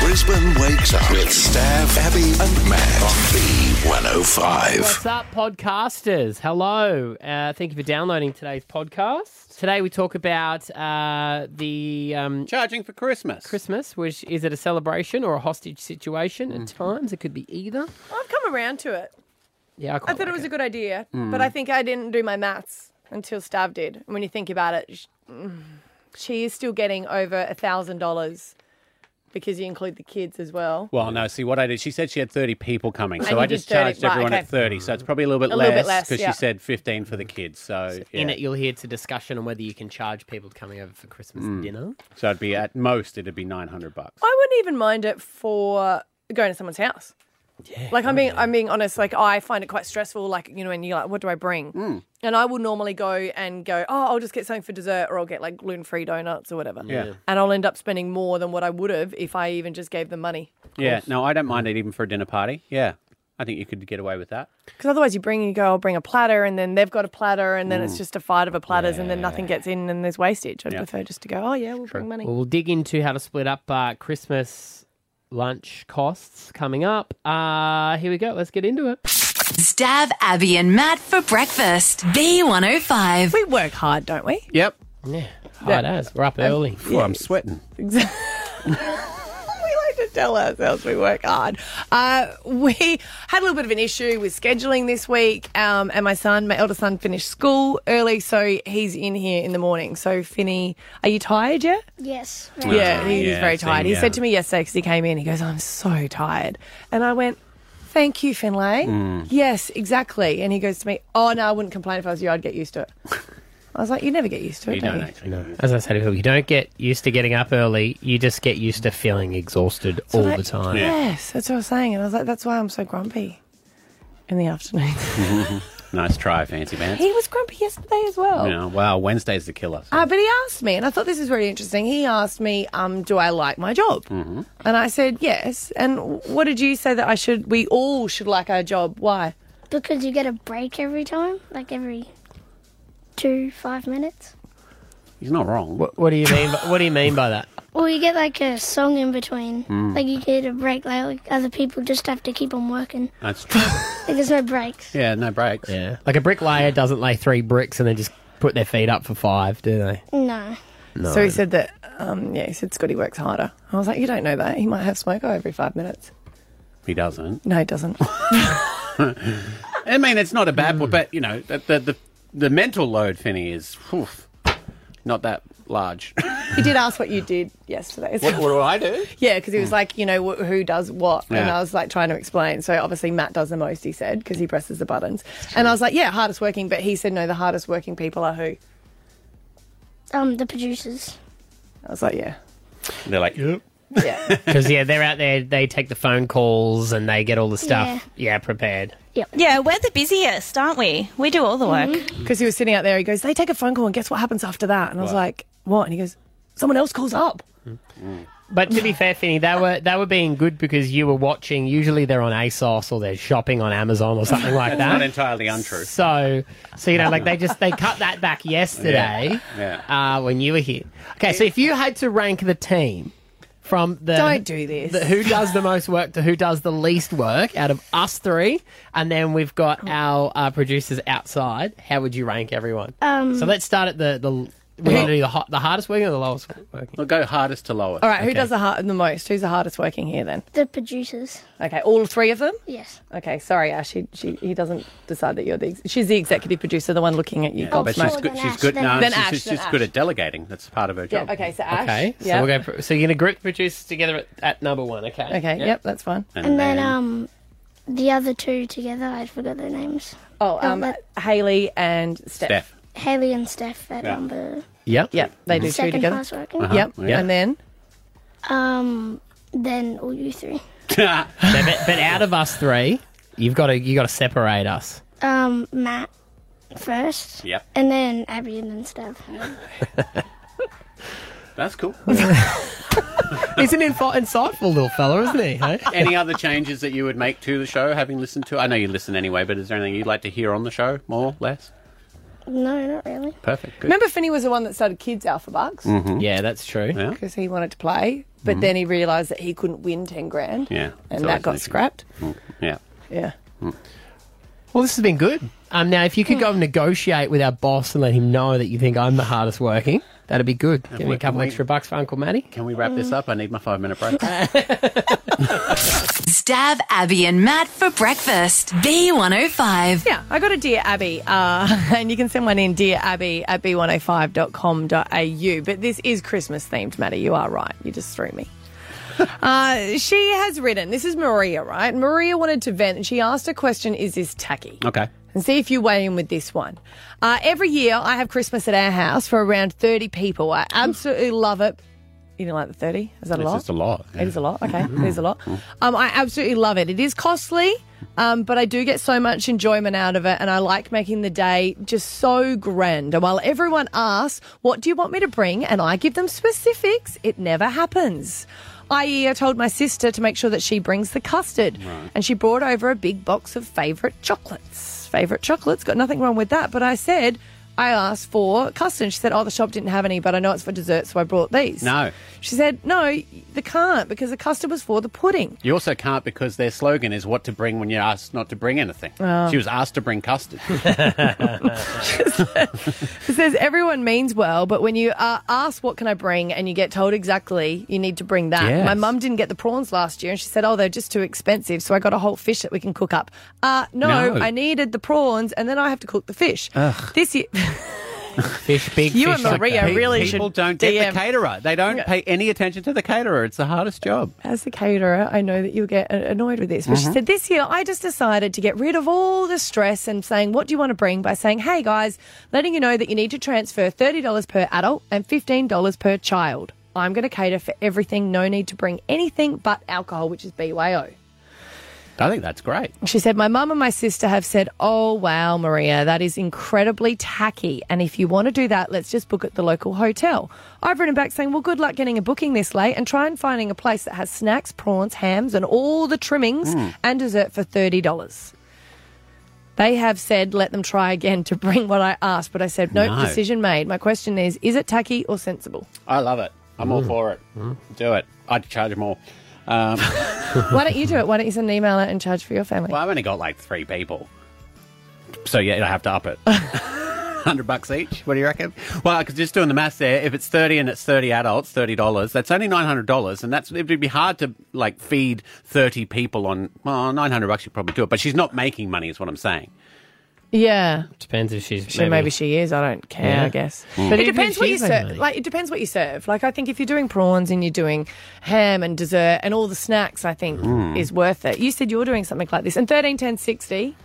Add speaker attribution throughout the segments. Speaker 1: Brisbane Wakes Up with Stav, Abby, and Matt on B105.
Speaker 2: What's up, podcasters? Hello. Uh, thank you for downloading today's podcast. Today we talk about uh, the um,
Speaker 3: Charging for Christmas.
Speaker 2: Christmas, which is it a celebration or a hostage situation? At times, it could be either.
Speaker 4: I've come around to it.
Speaker 2: Yeah, I,
Speaker 4: I thought it was a good idea, but I think I didn't do my maths until Stav did. And when you think about it, sh- mm, she is still getting over a thousand dollars because you include the kids as well.
Speaker 3: Well, no, see what I did. She said she had 30 people coming, so
Speaker 4: And
Speaker 3: I
Speaker 4: you did
Speaker 3: just
Speaker 4: 30,
Speaker 3: charged
Speaker 4: right,
Speaker 3: everyone
Speaker 4: okay.
Speaker 3: at 30. So it's probably a little bit
Speaker 4: A little
Speaker 3: less
Speaker 4: bit less,
Speaker 3: because
Speaker 4: yeah.
Speaker 3: she said 15 for the kids. So,
Speaker 2: In
Speaker 3: yeah.
Speaker 2: it, you'll hear it's a discussion on whether you can charge people coming over for Christmas dinner.
Speaker 3: so it'd be at most it'd be 900 bucks.
Speaker 4: I wouldn't even mind it for going to someone's house. Yeah, like I'm being, I'm being honest. Like I find it quite stressful. Like you know, when you're like, what do I bring? And I will normally go and go. Oh, I'll just get something for dessert, or I'll get like gluten free donuts or whatever.
Speaker 3: Yeah.
Speaker 4: And I'll end up spending more than what I would have if I even just gave them money.
Speaker 3: Yeah, no, I don't mind it even for a dinner party. Yeah. I think you could get away with that.
Speaker 4: Because otherwise, you bring you go, I'll bring a platter, and then they've got a platter, and then it's just a fight over platters, and then nothing gets in, and there's wastage. I'd prefer just to go. Oh yeah, we'll bring money.
Speaker 2: Well, we'll dig into how to split up uh, Christmas lunch costs coming up. Uh, here we go. Let's get into it.
Speaker 5: Stav, Abby, and Matt for breakfast. B105.
Speaker 4: we work hard, don't we?
Speaker 3: Yep.
Speaker 2: Yeah. Hi, Daz. We're up early.
Speaker 3: Well, I'm sweating.
Speaker 4: we like to tell ourselves we work hard. Uh, we had a little bit of an issue with scheduling this week, um, and my son, my elder son, finished school early, so he's in here in the morning. So, Finny, are you tired yet?
Speaker 6: Yes.
Speaker 4: Yeah, he's
Speaker 3: yeah,
Speaker 4: very
Speaker 3: so,
Speaker 4: tired. He
Speaker 3: yeah.
Speaker 4: said to me yesterday because he came in, he goes, I'm so tired. And I went, Thank you, Finlay.
Speaker 3: Mm.
Speaker 4: Yes, exactly. And he goes to me, Oh, no, I wouldn't complain if I was you. I'd get used to it. I was like, You never get used to it.
Speaker 3: You
Speaker 4: do
Speaker 3: don't actually.
Speaker 2: As I said, to people, you don't get used to getting up early. You just get used to feeling exhausted all
Speaker 4: like-
Speaker 2: the time.
Speaker 3: Yeah.
Speaker 4: Yes, that's what I was saying. And I was like, That's why I'm so grumpy in the afternoon.
Speaker 3: Nice try, fancy pants.
Speaker 4: he was grumpy yesterday as well.
Speaker 3: You know, wow, Wednesday's the killer. So.
Speaker 4: Uh, but he asked me, and I thought this is really interesting. He asked me, um, "Do I like my job?" Mm-hmm. And I said yes. And what did you say that I should? We all should like our job. Why?
Speaker 6: Because you get a break every time, like every two, five minutes.
Speaker 3: He's not wrong.
Speaker 2: What, what do you mean? By, what do you mean by that?
Speaker 6: Or you get like a song in between. Like you get a break, like other people just have to keep on working.
Speaker 3: That's true.
Speaker 6: Like there's no breaks.
Speaker 3: yeah, no breaks.
Speaker 2: Yeah, like a bricklayer doesn't lay three bricks and then just put their feet up for five, do they?
Speaker 6: No.
Speaker 4: So he said that. Um, yeah, he said Scotty works harder. I was like, you don't know that. He might have smoke every five minutes.
Speaker 3: He doesn't.
Speaker 4: No, he doesn't.
Speaker 3: I mean, it's not a bad, but you know, the the, the, the mental load, Finny, is whew, not that large.
Speaker 4: he did ask what you did yesterday.
Speaker 3: do I do?
Speaker 4: Yeah, because he was like, you know, wh- who does what? And
Speaker 3: Yeah.
Speaker 4: I was like trying to explain. So obviously Matt does the most, he said, because he presses the buttons. And I was like, yeah, hardest working. But he said, no, the hardest working people are who?
Speaker 6: Um, the producers.
Speaker 4: I was like, yeah.
Speaker 3: They're like, yep.
Speaker 4: Yeah.
Speaker 2: Because yeah, they're out there. They take the phone calls and they get all the stuff. Yeah, prepared.
Speaker 7: Yeah, we're the busiest, aren't we? We do all the work.
Speaker 8: Mm-hmm.
Speaker 4: Because he was sitting out there. He goes, they take a phone call and guess what happens after that? And I was
Speaker 3: What?
Speaker 4: like, what? And he goes, someone else calls up.
Speaker 2: But to be fair, Finny, they were they were being good because you were watching. Usually, they're on ASOS or they're shopping on Amazon or something like
Speaker 3: not
Speaker 2: that.
Speaker 3: entirely untrue.
Speaker 2: So, so you know, like they just they cut that back yesterday
Speaker 3: Yeah.
Speaker 2: Uh, when you were here. Okay, so if you had to rank the team from the
Speaker 4: Don't do this.
Speaker 2: the- who does the most work to who does the least work out of us three, and then we've got our uh, producers outside. How would you rank everyone? Um, so let's start at the the we're going to do the, ho- the hardest working or the lowest working.
Speaker 3: We'll go hardest to lowest.
Speaker 4: All right, who does the, har- the most? Who's the hardest working here then?
Speaker 6: The producers.
Speaker 4: Okay, all three of them?
Speaker 6: Yes.
Speaker 4: Okay, sorry, Ash. He, she, he doesn't decide that you're the. Ex- she's the executive producer, the one looking at you.
Speaker 3: Oh, but
Speaker 4: gobsmacked.
Speaker 3: she's
Speaker 6: Sure,
Speaker 3: good.
Speaker 6: then
Speaker 3: She's
Speaker 6: Ash,
Speaker 3: good.
Speaker 6: then
Speaker 3: No,
Speaker 6: Ash.
Speaker 4: Then
Speaker 3: she's,
Speaker 4: Ash,
Speaker 3: she's,
Speaker 4: then
Speaker 3: she's good
Speaker 4: Ash.
Speaker 3: at delegating. That's part of her job.
Speaker 4: Yeah, okay, so Ash.
Speaker 2: Okay,
Speaker 4: yeah.
Speaker 2: so we'll go. For, so you're going to group the producers together at, at number one. Okay.
Speaker 4: Okay, yep, that's fine.
Speaker 6: And then um, the other two together. I forgot their names.
Speaker 4: Oh, um,
Speaker 6: that-
Speaker 4: Haley and Steph.
Speaker 3: Steph.
Speaker 6: Haley and Steph at
Speaker 3: Yeah.
Speaker 6: number
Speaker 2: Yep.
Speaker 4: Yep, they do two
Speaker 6: second
Speaker 4: together. Uh-huh.
Speaker 6: hardest working.
Speaker 2: Uh-huh.
Speaker 4: Yep,
Speaker 3: Yeah.
Speaker 4: and then
Speaker 6: Um, then all you three.
Speaker 2: No, but, but out of us three, you've got to you got to separate us.
Speaker 6: Um, Matt first.
Speaker 3: Yep.
Speaker 6: And then Abby and then Steph.
Speaker 3: That's cool.
Speaker 2: He's an inf- insightful little fella, isn't he? Hey?
Speaker 3: Any other changes that you would make to the show, having listened to? I know you listen anyway, but is there anything you'd like to hear on the show, more, less?
Speaker 6: No, not really.
Speaker 3: Perfect. Good.
Speaker 4: Remember, Finney was the one that started Kids Alpha Bucks because
Speaker 2: Yeah, that's true.
Speaker 3: Mm. Yeah.
Speaker 4: he wanted to play, but
Speaker 2: Mm-hmm.
Speaker 4: then he realised that he couldn't win ten grand.
Speaker 3: Yeah, it's
Speaker 4: and
Speaker 3: always
Speaker 4: that
Speaker 3: an
Speaker 4: got
Speaker 3: issue.
Speaker 4: scrapped.
Speaker 2: Mm.
Speaker 3: Yeah.
Speaker 4: Yeah.
Speaker 2: Well, this has been good. Um, now, if you could go and negotiate with our boss and let him know that you think I'm the hardest working, that'd be good. Give me a
Speaker 3: we-
Speaker 2: couple
Speaker 3: we-
Speaker 2: extra bucks for Uncle Matty.
Speaker 3: Can we wrap
Speaker 4: Mm.
Speaker 3: this up? I need my five minute break.
Speaker 5: Stab Abby and Matt for breakfast. B105.
Speaker 4: Yeah, I got a Dear Abby, uh, and you can send one in Dear Abby at b105.com.au. But this is Christmas themed, Maddie. You are right. You just threw me. Uh, she has written, this is Maria, right? Maria wanted to vent, and she asked a question Is this tacky?
Speaker 3: okay.
Speaker 4: and see if you weigh in with this one. Uh, every year, I have Christmas at our house for around 30 people. I absolutely love it. You didn't like the 30? Is that a
Speaker 3: It's
Speaker 4: lot?
Speaker 3: just a lot.
Speaker 4: It is a lot. Okay, it is a lot. Um, I absolutely love it. It is costly, um, but I do get so much enjoyment out of it, and I like making the day just so grand. And while everyone asks, "What do you want me to bring?" and I give them specifics, it never happens. I.e., I told my sister to make sure that she brings the custard, and she brought over a big box of favourite chocolates. Favourite chocolates, got nothing wrong with that. But I said. I asked for custard. and She said, Oh, the shop didn't have any, but I know it's for dessert, so I brought these.
Speaker 3: No.
Speaker 4: She said, no, they can't because the custard was for the pudding.
Speaker 3: You also can't because their slogan is what to bring when you're asked not to bring anything. She was asked to bring custard.
Speaker 4: It says everyone means well, but when you uh, ask what can I bring and you get told exactly you need to bring that.
Speaker 3: Yes.
Speaker 4: My mum didn't get the prawns last year and she said, oh, they're just too expensive, so I got a whole fish that we can cook up. Uh, no,
Speaker 3: No.
Speaker 4: I needed the prawns and then I have to cook the fish. This year,
Speaker 2: Fish, big
Speaker 4: You
Speaker 2: fish.
Speaker 4: and Maria
Speaker 2: like
Speaker 4: really
Speaker 3: People
Speaker 4: should
Speaker 3: don't get
Speaker 4: DM.
Speaker 3: the caterer. They don't pay any attention to the caterer. It's the hardest job.
Speaker 4: as the caterer, I know that you'll get a- annoyed with this, but she said, This year I just decided to get rid of all the stress and saying, What do you want to bring? by saying, Hey guys, letting you know that you need to transfer $30 per adult and $15 per child. I'm going to cater for everything, no need to bring anything but alcohol, which is BYO.
Speaker 3: I think that's great.
Speaker 4: She said, My mum and my sister have said, Oh, wow, Maria, that is incredibly tacky. And if you want to do that, let's just book at the local hotel. I've written back saying, Well, good luck getting a booking this late and try and finding a place that has snacks, prawns, hams, and all the trimmings and dessert for $30. They have said, Let them try again to bring what I asked. But I said, Nope,
Speaker 3: No.
Speaker 4: decision made. My question is, Is it tacky or sensible?
Speaker 3: I love it. I'm all for it. Do it. I'd charge more. Um,
Speaker 4: Why don't you do it? Why don't you send an email out and charge for your family?
Speaker 3: well, I've only got like three people. So, yeah, I have to up it. 100 bucks each. What do you reckon? Well, because just doing the math there, if it's 30 and it's 30 adults, $30, that's only $900. And that's it would be hard to like feed 30 people on, well, 900 bucks, you probably do it. But she's not making money, is what I'm saying.
Speaker 4: Yeah.
Speaker 2: Depends if she's
Speaker 4: She, maybe. she is. I don't care.
Speaker 2: Yeah.
Speaker 4: I guess.
Speaker 2: But
Speaker 4: But it
Speaker 2: even
Speaker 4: depends
Speaker 2: if
Speaker 4: what
Speaker 2: she
Speaker 4: you
Speaker 2: is like
Speaker 4: serve.
Speaker 2: that.
Speaker 4: Like it depends what you serve. Like I think if you're doing prawns and you're doing ham and dessert and all the snacks, I think is worth it. You said you were doing something like this, and thirteen ten sixty.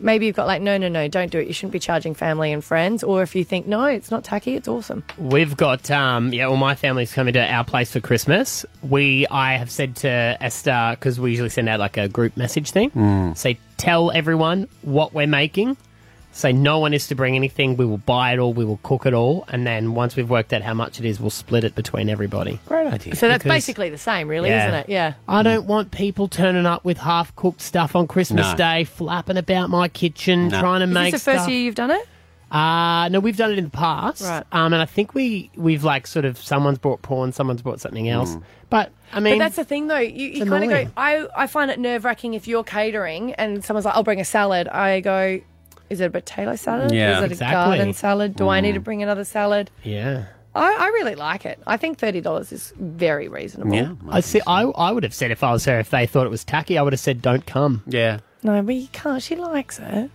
Speaker 4: Maybe you've got like no, no, no, don't do it. You shouldn't be charging family and friends. Or if you think no, it's not tacky, it's awesome.
Speaker 2: We've got um yeah. Well, my family's coming to our place for Christmas. We I have said to Esther because we usually send out like a group message thing.
Speaker 3: Hmm.
Speaker 2: Say tell everyone what we're making. Say no one is to bring anything. We will buy it all. We will cook it all, and then once we've worked out how much it is, we'll split it between everybody.
Speaker 3: Great idea.
Speaker 4: So that's
Speaker 2: Because-
Speaker 4: basically the same, really,
Speaker 2: Yeah.
Speaker 4: isn't it? Yeah.
Speaker 2: I don't want people turning up with half cooked stuff on Christmas
Speaker 3: No.
Speaker 2: Day, flapping about my kitchen,
Speaker 3: No.
Speaker 2: trying to
Speaker 4: Is
Speaker 2: make
Speaker 4: this the first
Speaker 2: stuff.
Speaker 4: year you've done it?
Speaker 2: Uh, no, we've done it in the past,
Speaker 4: Right.
Speaker 2: Um, and I think we we've like sort of someone's brought prawn, someone's brought something else. But I mean,
Speaker 4: But that's the thing, though. You, you
Speaker 2: It's
Speaker 4: kind of go.
Speaker 2: annoying.
Speaker 4: I, I find it nerve wracking if you're catering and someone's like, "I'll bring a salad." I go, "Is it a potato salad?
Speaker 3: Yeah.
Speaker 4: Is it
Speaker 2: Exactly. Mm.
Speaker 4: a garden salad? Do I need to bring another salad?"
Speaker 2: yeah.
Speaker 4: I, I really like it. I think thirty dollars is very reasonable.
Speaker 3: Yeah.
Speaker 2: I see. I I would have said if I was her, if they thought it was tacky, I would have said don't come.
Speaker 3: Yeah.
Speaker 4: No, but you can't. She likes it.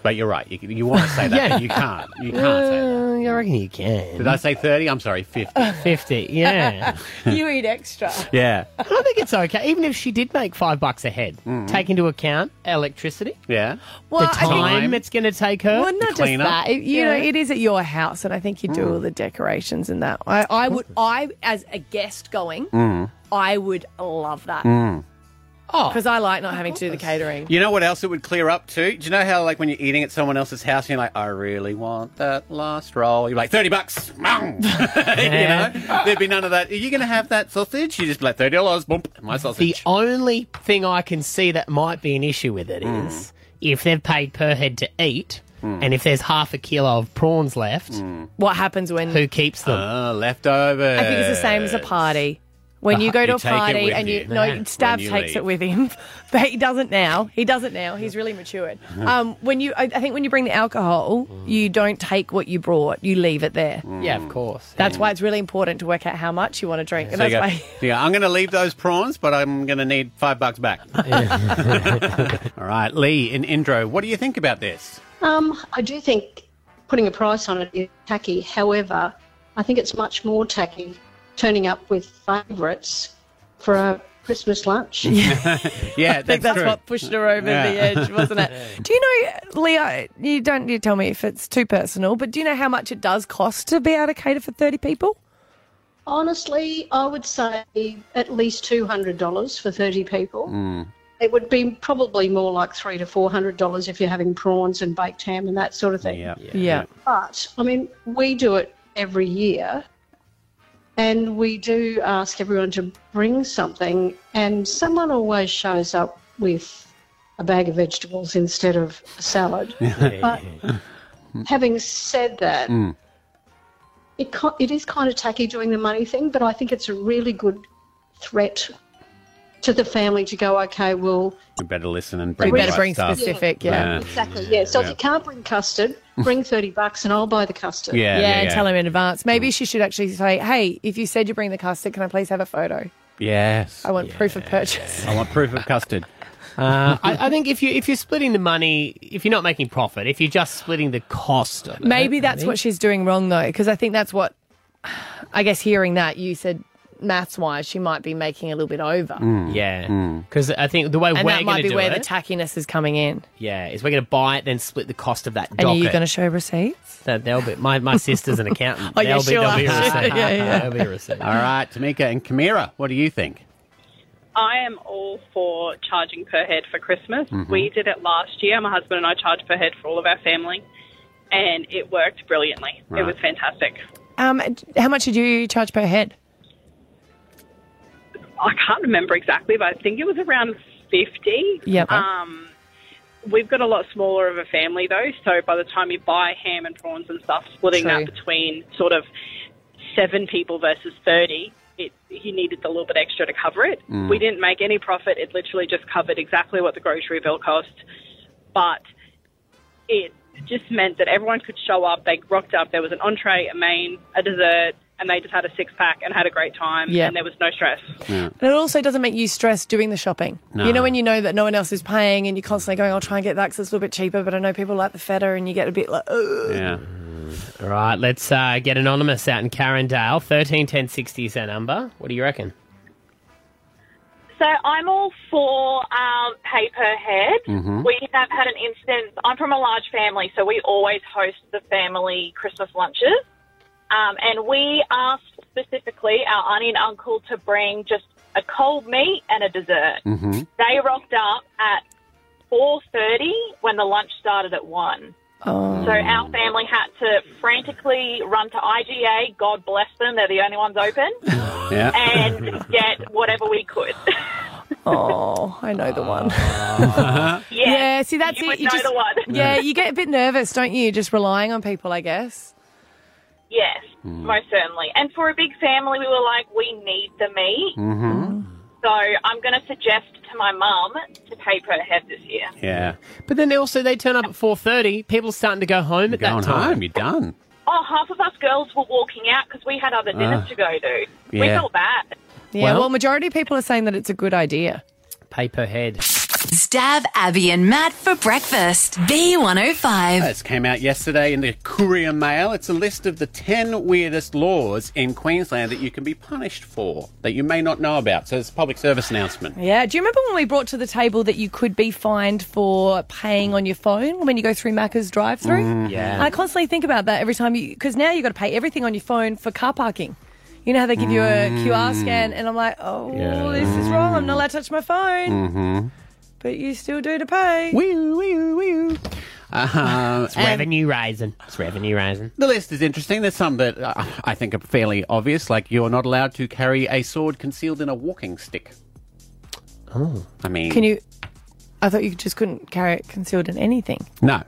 Speaker 3: But you're right. You, you want to say that, but you can't. You can't say that.
Speaker 2: Uh, I reckon you
Speaker 3: Did
Speaker 2: can.
Speaker 3: I say 30? I'm sorry, 50.
Speaker 2: Fifty, yeah.
Speaker 4: you eat extra.
Speaker 3: yeah.
Speaker 2: I think it's okay, even if she did make five bucks a head.
Speaker 3: Mm-hmm.
Speaker 2: Take into account electricity,
Speaker 3: Yeah.
Speaker 4: Well,
Speaker 2: the
Speaker 4: I think.
Speaker 2: time
Speaker 3: Time.
Speaker 2: it's going to take her.
Speaker 4: Well, not just
Speaker 3: clean up. Mm.
Speaker 4: that. It- you know, it is at your house, and I think you do all the decorations and that. I, I would, I as a guest going,
Speaker 3: Mm.
Speaker 4: I would love that.
Speaker 2: Oh.
Speaker 4: because I like not having to do the catering.
Speaker 3: You know what else it would clear up too? Do you know how, like, when you're eating at someone else's house and you're like, I really want that last roll? You're like, 30 bucks. Mong. you know? There'd be none of that. Are you going to have that sausage? You just be like, $30. Boom. My
Speaker 2: The
Speaker 3: sausage.
Speaker 2: only thing I can see that might be an issue with it is if they've paid per head to eat And if there's half a kilo of prawns left,
Speaker 4: What happens when?
Speaker 2: who keeps them?
Speaker 3: Ah, leftovers.
Speaker 4: I think it's the same as a party. When you go to
Speaker 3: You
Speaker 4: a
Speaker 3: take it
Speaker 4: party
Speaker 3: with
Speaker 4: and you,
Speaker 3: you.
Speaker 4: no,
Speaker 3: Yeah.
Speaker 4: Stab
Speaker 3: When you
Speaker 4: takes
Speaker 3: leave.
Speaker 4: it with him, but he doesn't now. He doesn't now. He's really matured.
Speaker 3: Mm-hmm.
Speaker 4: Um, when you, I I think when you bring the alcohol,
Speaker 3: Mm.
Speaker 4: you don't take what you brought. You leave it there.
Speaker 2: Yeah, of course.
Speaker 4: That's why it's really important to work out how much you want to drink. And
Speaker 3: So you
Speaker 4: that's
Speaker 3: go,
Speaker 4: why.
Speaker 3: you go, I'm going to leave those prawns, but I'm going to need five bucks back. All right, Lee in Indro, what do you think about this?
Speaker 9: Um, I do think putting a price on it is tacky. However, I think it's much more tacky turning up with favourites for a Christmas lunch.
Speaker 3: Yeah,
Speaker 4: I think
Speaker 3: that's,
Speaker 4: that's
Speaker 3: true.
Speaker 4: what pushed her over
Speaker 3: Yeah.
Speaker 4: the edge, wasn't it? Do you know, Leah? You don't. You tell me if it's too personal, but do you know how much it does cost to be able to cater for thirty people?
Speaker 9: Honestly, I would say at least two hundred dollars for thirty people. It would be probably more like three to four hundred dollars if you're having prawns and baked ham and that sort of thing.
Speaker 3: Yeah.
Speaker 4: Yeah.
Speaker 9: But I mean, we do it every year, and we do ask everyone to bring something, and someone always shows up with a bag of vegetables instead of a salad. but having said that, it co- it is kind of tacky doing the money thing, but I think it's a really good threat to the family to go, okay, well,
Speaker 3: We better listen and bring
Speaker 4: We
Speaker 3: the
Speaker 4: better
Speaker 3: right
Speaker 4: bring
Speaker 3: stuff.
Speaker 4: specific. Yeah.
Speaker 3: Yeah.
Speaker 9: exactly, yeah. So if
Speaker 3: Yeah.
Speaker 9: you can't bring custard, bring thirty bucks, and I'll buy the custard.
Speaker 3: Yeah,
Speaker 4: Yeah,
Speaker 3: yeah,
Speaker 4: and
Speaker 3: yeah.
Speaker 4: tell him in advance. Maybe she should actually say, "Hey, if you said you bring the custard, can I please have a photo?
Speaker 3: Yes.
Speaker 4: I want proof of purchase."
Speaker 3: I want proof of custard.
Speaker 2: Uh, I, I think if you if you're splitting the money, if you're not making profit, if you're just splitting the cost, of it,
Speaker 4: Maybe that's what she's doing wrong though, because I think that's what. I guess hearing that you said maths wise, she might be making a little bit over,
Speaker 2: yeah, because I think the way
Speaker 4: and
Speaker 2: Mm. we're
Speaker 4: that might
Speaker 2: going to
Speaker 4: be
Speaker 2: do
Speaker 4: where the
Speaker 2: it,
Speaker 4: tackiness is coming in.
Speaker 2: yeah, is we're going to buy it, then split the cost of that.
Speaker 4: And are you
Speaker 2: docket.
Speaker 4: going to show receipts?
Speaker 2: That they'll be my, my sister's an accountant.
Speaker 4: Oh, yeah,
Speaker 2: they'll,
Speaker 4: sure.
Speaker 2: be, they'll be a receipt.
Speaker 4: Yeah, yeah.
Speaker 2: They'll be a receipt.
Speaker 3: All right, Tamika and Kamira, what do you think?
Speaker 10: I am all for charging per head for Christmas. We did it last year. My husband and I charged per head for all of our family, and it worked brilliantly.
Speaker 3: Right.
Speaker 10: It was fantastic.
Speaker 4: Um, how much did you charge per head?
Speaker 10: I can't remember exactly, but I think it was around 50.
Speaker 4: Yep.
Speaker 10: Um, we've got a lot smaller of a family, though, so by the time you buy ham and prawns and stuff, splitting
Speaker 4: True.
Speaker 10: that between sort of seven people versus 30. It, he needed a little bit extra to cover it.
Speaker 4: Mm.
Speaker 10: We didn't make any profit. It literally just covered exactly what the grocery bill cost. But it just meant that everyone could show up. They rocked up. There was an entree, a main, a dessert, and they just had a six pack and had a great time.
Speaker 4: Yeah.
Speaker 10: And there was no stress.
Speaker 4: And it also doesn't make you stress doing the shopping. You know, when you know that no one else is paying and you're constantly going, I'll try and get that 'cause it's a little bit cheaper, but I know people like the feta and you get a bit like, Ugh.
Speaker 3: Yeah.
Speaker 2: All right, let's uh, get anonymous out in Carindale. Thirteen ten sixty is our number. What do you reckon?
Speaker 11: So I'm all for um, pay per head. We have had an instance. I'm from a large family, so we always host the family Christmas lunches. Um, and we asked specifically our auntie and uncle to bring just a cold meat and a dessert. They rocked up at 4.30 when the lunch started at 1. So our family had to frantically run to IGA. God bless them. They're the only ones open.
Speaker 3: Yeah.
Speaker 11: and get whatever we could.
Speaker 4: oh, I know the one.
Speaker 11: Yeah.
Speaker 4: Yeah, see, that's
Speaker 11: you
Speaker 4: it.
Speaker 11: Would
Speaker 4: You
Speaker 11: know
Speaker 4: just-
Speaker 11: the one.
Speaker 4: Yeah, you get a bit nervous, don't you? Just relying on people, I guess.
Speaker 11: Yes,
Speaker 3: Mm.
Speaker 11: most certainly. And for a big family, we were like, we need the meat. Mm-hmm. So I'm going to suggest to my mum to pay per head this year.
Speaker 3: Yeah.
Speaker 2: But then they also they turn up at four thirty. People starting to go home at
Speaker 3: Going
Speaker 2: that time.
Speaker 3: home, you're done.
Speaker 11: Oh, half of us girls were walking out because we had other dinners
Speaker 3: Ah.
Speaker 11: to go to. We
Speaker 3: Yeah.
Speaker 11: felt bad.
Speaker 4: Yeah,
Speaker 2: Well-
Speaker 4: well, majority of people are saying that it's a good idea.
Speaker 2: Pay per head.
Speaker 5: Stab Abby and Matt for breakfast. B105.
Speaker 3: This came out yesterday in the Courier Mail. It's a list of the 10 weirdest laws in Queensland that you can be punished for that you may not know about. So it's a public service announcement.
Speaker 4: Yeah, do you remember when we brought to the table that you could be fined for paying on your phone when you go through Macca's drive-through?
Speaker 2: yeah.
Speaker 4: And I constantly think about that every time you because now you've got to pay everything on your phone for car parking. You know how they give you a QR
Speaker 3: Mm.
Speaker 4: scan, and I'm like, oh, this is wrong. I'm not allowed to touch my phone.
Speaker 3: Mm-hmm.
Speaker 4: But you still do to pay.
Speaker 3: Wee-oo, wee-oo, wee-oo. Uh,
Speaker 2: It's revenue raising. It's revenue raising.
Speaker 3: The list is interesting. There's some that uh, I think are fairly obvious, like you're not allowed to carry a sword concealed in a walking stick. Oh. I mean,
Speaker 4: Can you? I thought you just couldn't carry it concealed in anything.
Speaker 3: No.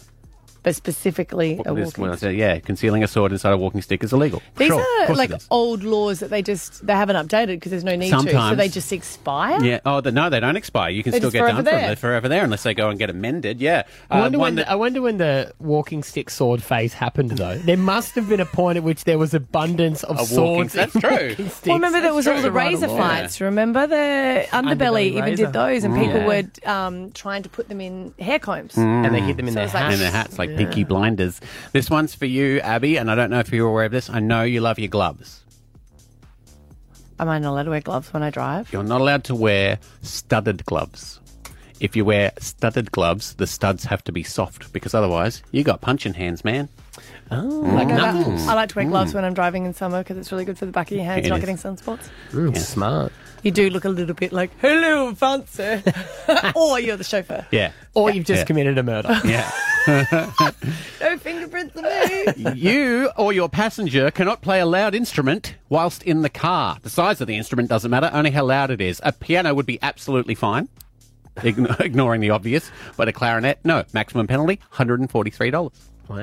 Speaker 4: but specifically a
Speaker 3: This-
Speaker 4: walking.
Speaker 3: when I say, yeah, concealing a sword inside a walking stick is illegal.
Speaker 4: These
Speaker 3: Sure, of
Speaker 4: are
Speaker 3: course it
Speaker 4: like
Speaker 3: is.
Speaker 4: old laws that they just they haven't updated because there's no need to, so
Speaker 3: Sometimes.
Speaker 4: they just expire.
Speaker 3: Yeah. Oh, the, no, they don't expire. You can
Speaker 4: They're
Speaker 3: still
Speaker 4: just
Speaker 3: get
Speaker 4: forever
Speaker 3: done
Speaker 4: there.
Speaker 3: from. They're forever there unless they go and get amended. Yeah.
Speaker 2: I wonder,
Speaker 3: Um,
Speaker 2: when, I wonder when the walking stick sword phase happened, though. There must have been a point at which there was abundance of
Speaker 3: A walking-
Speaker 2: swords.
Speaker 3: that's
Speaker 2: and
Speaker 3: true.
Speaker 2: walking
Speaker 3: Well,
Speaker 2: sticks.
Speaker 4: Well, remember there was all the
Speaker 2: Right
Speaker 4: razor
Speaker 2: along.
Speaker 4: fights. Remember the underbelly even
Speaker 2: razor.
Speaker 4: did those, and
Speaker 3: Mm.
Speaker 4: people
Speaker 3: Yeah.
Speaker 4: were um, trying to put them in hair combs.
Speaker 3: Mm.
Speaker 4: So it's like-
Speaker 3: In their hats, like
Speaker 4: Yeah.
Speaker 3: Peaky Blinders. This one's for you, Abby, and I don't know if you're aware of this. I know you love your gloves.
Speaker 4: Am I not allowed to wear gloves when I drive?
Speaker 3: You're not allowed to wear studded gloves. If you wear studded gloves, the studs have to be soft because otherwise you got punching hands, man. Oh,
Speaker 4: I, go back- I like to wear gloves when I'm driving in summer because it's really good for the back of your hands,
Speaker 3: It
Speaker 4: not
Speaker 3: is.
Speaker 4: getting sunspots.
Speaker 2: smart.
Speaker 4: You do look a little bit like, hello, fancy. or you're the chauffeur.
Speaker 3: Yeah.
Speaker 2: Or you've just
Speaker 3: Yeah.
Speaker 2: committed a murder.
Speaker 3: Yeah.
Speaker 4: No fingerprints on me.
Speaker 3: you or your passenger cannot play a loud instrument whilst in the car. The size of the instrument doesn't matter, only how loud it is. A piano would be absolutely fine, ign- ignoring the obvious, but a clarinet, no. Maximum penalty, $143.
Speaker 2: Wow,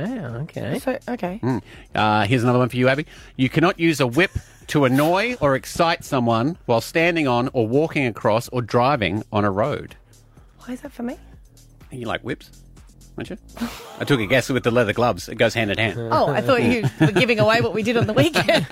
Speaker 2: okay.
Speaker 4: So, okay.
Speaker 3: Mm. Uh, here's another one for you, Abby. You cannot use a whip to annoy or excite someone while standing on or walking across or driving on a road.
Speaker 4: Why is that for me?
Speaker 3: You like whips, don't you? I took a guess with the leather gloves. It goes hand in hand.
Speaker 4: Oh, I thought you were giving away what we did on the weekend.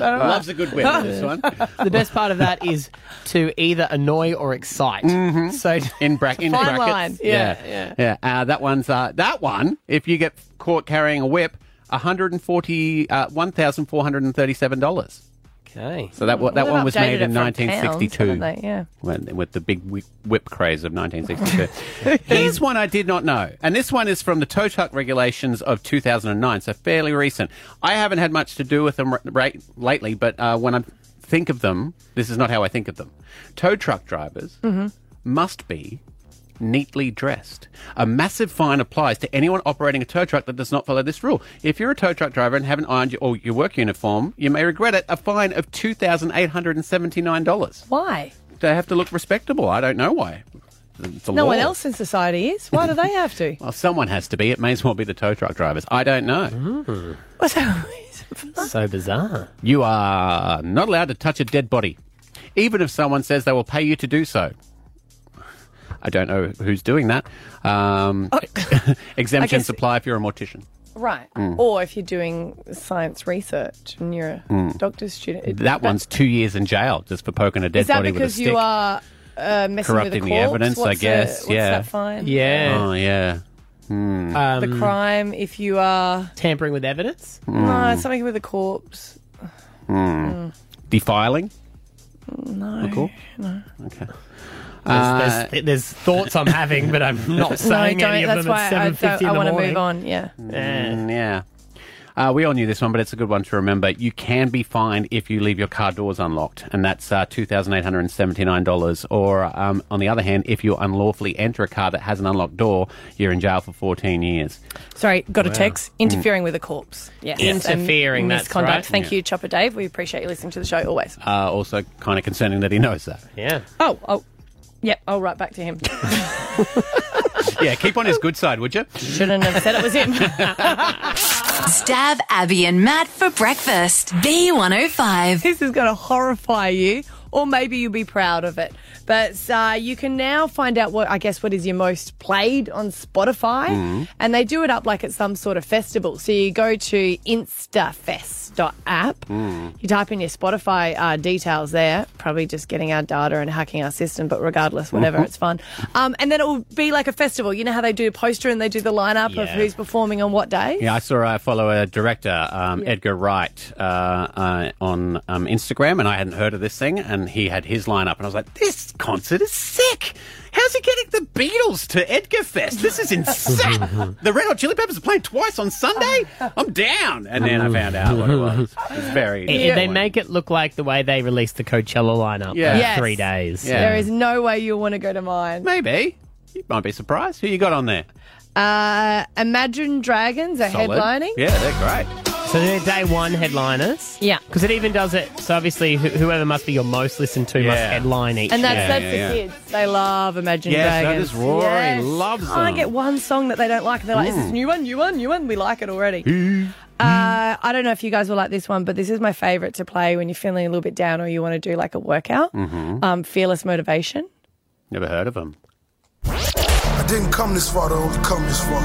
Speaker 3: Loves a good whip, this one.
Speaker 2: The best part of that is to either annoy or excite.
Speaker 4: Mm.
Speaker 2: So
Speaker 3: Mm-hmm. in, bra- in
Speaker 2: fine
Speaker 3: brackets.
Speaker 2: line. Yeah,
Speaker 3: yeah. Uh, that one's uh, that one. If you get caught carrying a whip, one hundred and forty, uh, one thousand four hundred and thirty-seven dollars.
Speaker 2: Okay.
Speaker 3: So that wa- that
Speaker 4: Well,
Speaker 3: one
Speaker 4: they've
Speaker 3: was
Speaker 4: updated
Speaker 3: made
Speaker 4: it
Speaker 3: in
Speaker 4: from
Speaker 3: nineteen sixty-two.
Speaker 4: pounds, haven't they? Yeah.
Speaker 3: When, with the big whip, whip craze of 1962. Here's one I did not know, and this one is from the tow truck regulations of 2009, so fairly recent. I haven't had much to do with them r- right, lately, but uh, when I think of them, this is not how I think of them. Tow truck drivers
Speaker 4: Mm-hmm.
Speaker 3: must be neatly dressed. A massive fine applies to anyone operating a tow truck that does not follow this rule. If you're a tow truck driver and haven't ironed your, or your work uniform, you may regret it. A fine of $2,879.
Speaker 4: Why?
Speaker 3: They have to look respectable. I don't know why. It's a
Speaker 4: No
Speaker 3: law.
Speaker 4: one else in society is. Why do they have to?
Speaker 3: Well, someone has to be. It may as well be the tow truck drivers. I don't know.
Speaker 4: Mm-hmm.
Speaker 2: so bizarre.
Speaker 3: You are not allowed to touch a dead body, even if someone says they will pay you to do so. I don't know who's doing that. Um, exemptions
Speaker 4: Oh. guess-
Speaker 3: apply if you're a mortician.
Speaker 4: Right. Or if you're doing science research and you're a
Speaker 3: Mm.
Speaker 4: doctor's student. it-
Speaker 3: That one's two years in jail just for poking a dead
Speaker 4: Is that
Speaker 3: body with a
Speaker 4: because
Speaker 3: stick.
Speaker 4: you are uh, messing
Speaker 3: corrupting
Speaker 4: with
Speaker 3: the
Speaker 4: a corpse?
Speaker 3: evidence, I
Speaker 4: What's the-
Speaker 3: guess. yeah.
Speaker 4: What's that fine?
Speaker 2: Yeah.
Speaker 3: Oh, yeah.
Speaker 4: Oh.
Speaker 3: Hmm.
Speaker 2: Um,
Speaker 4: The crime if you are
Speaker 2: tampering with evidence.
Speaker 4: no
Speaker 3: Mm.
Speaker 4: something with a corpse.
Speaker 3: Hmm. Defiling?
Speaker 4: No.
Speaker 3: A corpse?
Speaker 4: No.
Speaker 3: Okay.
Speaker 2: There's,
Speaker 3: Uh,
Speaker 2: there's, there's thoughts I'm having, but I'm
Speaker 3: No,
Speaker 2: not saying
Speaker 4: no,
Speaker 2: any
Speaker 4: don't.
Speaker 2: of
Speaker 4: That's
Speaker 2: them
Speaker 4: why
Speaker 2: at
Speaker 4: I,
Speaker 2: seven
Speaker 4: don't,
Speaker 2: fifty
Speaker 4: I
Speaker 2: in the
Speaker 4: want to
Speaker 2: morning.
Speaker 4: move on. Yeah.
Speaker 3: Mm, yeah. Uh, we all knew this one, but it's a good one to remember. You can be fined if you leave your car doors unlocked, and that's uh, $2,879. Or, um, on the other hand, if you unlawfully enter a car that has an unlocked door, you're in jail for 14 years.
Speaker 4: Sorry, got a
Speaker 3: Wow.
Speaker 4: text.
Speaker 3: Mm.
Speaker 4: Interfering with a corpse. Yes.
Speaker 3: Yes.
Speaker 4: And
Speaker 3: Interfering, that's
Speaker 4: misconduct.
Speaker 3: right.
Speaker 4: Thank
Speaker 3: Yeah.
Speaker 4: you, Chopper Dave. We appreciate you listening to the show always.
Speaker 3: Uh, also, kind of concerning that he knows that.
Speaker 2: Yeah.
Speaker 4: Oh, oh, yep. I'll write back to him.
Speaker 3: yeah, keep on his good side, would you?
Speaker 4: Shouldn't have said it was him.
Speaker 5: Stab Abby and Matt for breakfast. B105.
Speaker 4: This is going to horrify you, or maybe you'll be proud of it. But uh, you can now find out what I guess what is your most played on Spotify,
Speaker 3: Mm-hmm.
Speaker 12: Mhm.
Speaker 4: and they do it up like it's some sort of festival. So you go to instafest.app.
Speaker 3: Mm.
Speaker 4: You type in your Spotify uh, details there, probably just getting our data and hacking our system, but regardless, whatever, it's fun. Um, and then it will be like a festival. You know how they do a poster and they do the lineup of
Speaker 3: Yeah.
Speaker 4: who's performing on what day?
Speaker 3: Yeah, I saw I follow a director, um,
Speaker 4: Yeah.
Speaker 3: Edgar Wright, uh, uh, on um, Instagram, and I hadn't heard of this thing, and he had his lineup, and I was like, this concert is sick. How's he getting the Beatles to Edgar Fest? This is insane. the Red Hot Chili Peppers are playing twice on Sunday. I'm down. And then I found out what it was. It's very.
Speaker 2: And- and they make it look like the way they released the Coachella lineup
Speaker 3: Yeah.
Speaker 2: yeah.
Speaker 4: Yes.
Speaker 2: three days.
Speaker 4: There is no way you'll want to go to mine.
Speaker 3: Maybe. You might be surprised. Who you got on there?
Speaker 4: Uh, Imagine Dragons are
Speaker 3: Solid.
Speaker 4: headlining.
Speaker 3: Yeah, they're great.
Speaker 2: So they're day one headliners.
Speaker 4: Yeah.
Speaker 2: Because it even does it. So obviously, wh- whoever must be your most listened to must
Speaker 4: Yeah.
Speaker 2: headline each.
Speaker 4: And that's
Speaker 2: year.
Speaker 4: that's for kids. They love Imagine
Speaker 2: Yes, that
Speaker 4: Dragons.
Speaker 2: is Rory. Loves
Speaker 4: I
Speaker 2: them.
Speaker 4: get one song that they don't like, and they're like, "Is this
Speaker 2: Mm.
Speaker 4: new one? New one? New one? We like it already." Uh, I don't know if you guys will like this one, but this is my favorite to play when you're feeling a little bit down or you want to do like a workout.
Speaker 3: Mhm.
Speaker 4: Um, Fearless motivation.
Speaker 3: Never heard of them.
Speaker 12: I didn't come this far to only come this far.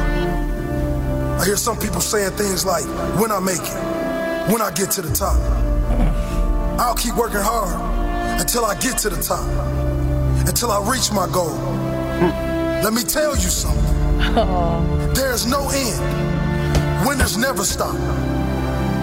Speaker 12: I hear some people saying things like, when I make it, when I get to the top. I'll keep working hard until I get to the top, until I reach my goal. Let me tell you something. There's no end. Winners never stop.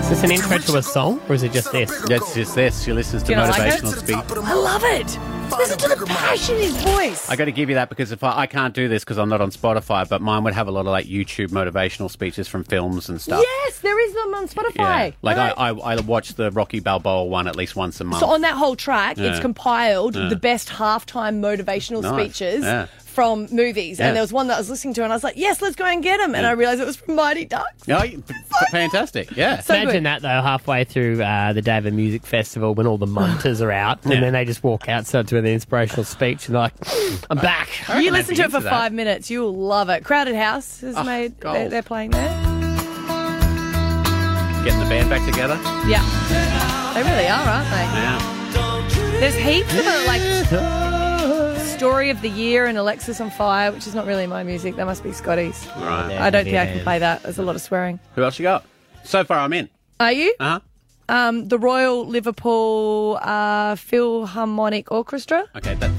Speaker 2: Is this an intro to a song, or is it just this?
Speaker 3: That's just this. She listens to
Speaker 2: Do you not like it?
Speaker 3: motivational speech.
Speaker 4: I love it. Listen to the passion in his voice.
Speaker 3: I got to give you that because if I, I can't do this because I'm not on Spotify, but mine would have a lot of like YouTube motivational speeches from films and stuff.
Speaker 4: Yes, there is them on Spotify.
Speaker 3: Like
Speaker 4: Right.
Speaker 3: I, I, I watch the Rocky Balboa one at least once a month.
Speaker 4: So on that whole track, it's
Speaker 3: Yeah.
Speaker 4: compiled
Speaker 3: Yeah.
Speaker 4: the best halftime motivational
Speaker 3: Nice.
Speaker 4: speeches
Speaker 3: Yeah.
Speaker 4: from movies.
Speaker 3: Yeah.
Speaker 4: And there was one that I was listening to, and I was like, "Yes, let's go and get them." And I realized it was from Mighty Ducks.
Speaker 3: Oh, you- f- fantastic. Yeah.
Speaker 4: So
Speaker 2: Imagine
Speaker 4: good.
Speaker 2: that though, halfway through uh, the day of a music festival when all the munters are out, and then they just walk outside to an inspirational speech and they're like, "I'm back."
Speaker 4: You listen to it for five
Speaker 2: minutes.
Speaker 4: minutes, you'll love it. Crowded House has
Speaker 2: Oh,
Speaker 4: made they're,
Speaker 2: gold.
Speaker 4: they're playing there.
Speaker 3: Getting the band back together.
Speaker 4: Yeah, they really are, aren't they?
Speaker 3: Yeah.
Speaker 4: There's heaps of it, like Story of the Year and Alexis on Fire, which is not really my music. That must be Scotty's.
Speaker 3: Right.
Speaker 4: I don't think I can play that. There's a lot of swearing.
Speaker 3: Who else you got? So far, I'm in.
Speaker 4: Are you?
Speaker 3: Uh huh.
Speaker 4: Um, the Royal Liverpool uh, Philharmonic Orchestra.
Speaker 3: Okay, that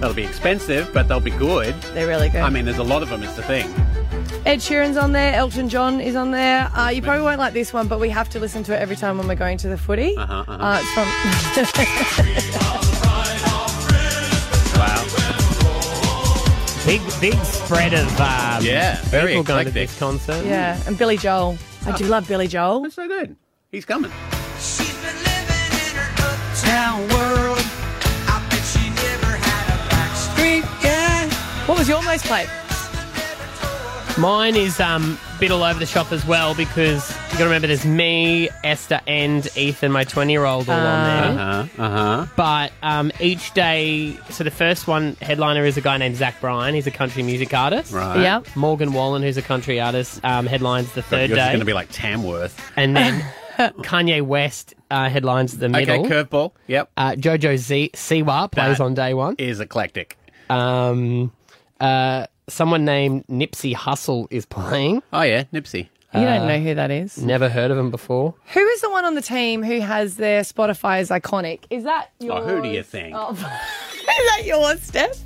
Speaker 3: that'll be expensive, but they'll be good.
Speaker 4: They're really good.
Speaker 3: I mean, there's a lot of them. Is the thing.
Speaker 4: Ed Sheeran's on there. Elton John is on there. Uh, you probably won't like this one, but we have to listen to it every time when we're going to the footy.
Speaker 3: Uh-huh, uh-huh.
Speaker 4: Uh, it's from.
Speaker 3: Wow.
Speaker 2: Big big spread of um,
Speaker 3: Yeah, very
Speaker 2: people going to
Speaker 3: eclectic.
Speaker 2: this concert.
Speaker 4: yeah, and Billy Joel. I do love Billy Joel. That's
Speaker 3: so good. He's coming.
Speaker 13: world. I bet she never had a back street. Yeah.
Speaker 4: What was your most played?
Speaker 2: Mine is um, a bit all over the shop as well because you got to remember there's me, Esther, and Ethan, my 20 year old, all on
Speaker 4: Uh-huh.
Speaker 2: there.
Speaker 3: Uh huh. Uh huh.
Speaker 2: But um, each day, so the first one headliner is a guy named Zach Bryan. He's a country music artist.
Speaker 3: Right. Yep.
Speaker 2: Morgan Wallen, who's a country artist, um, headlines the third
Speaker 3: Yours is
Speaker 2: day.
Speaker 3: going to be like Tamworth.
Speaker 2: and then Kanye West uh, headlines the
Speaker 3: Okay,
Speaker 2: middle.
Speaker 3: curveball. Yep.
Speaker 2: Uh, Jojo Z- Siwa plays
Speaker 3: That
Speaker 2: on day one.
Speaker 3: Is eclectic.
Speaker 2: Um, uh, someone named Nipsey Hussle is playing.
Speaker 3: Oh yeah, Nipsey.
Speaker 4: You don't know who that is.
Speaker 2: Never heard of him before.
Speaker 4: Who is the one on the team who has their Spotify is iconic? Is that yours?
Speaker 2: Oh, who do you think?
Speaker 4: Oh, is that yours, Steph?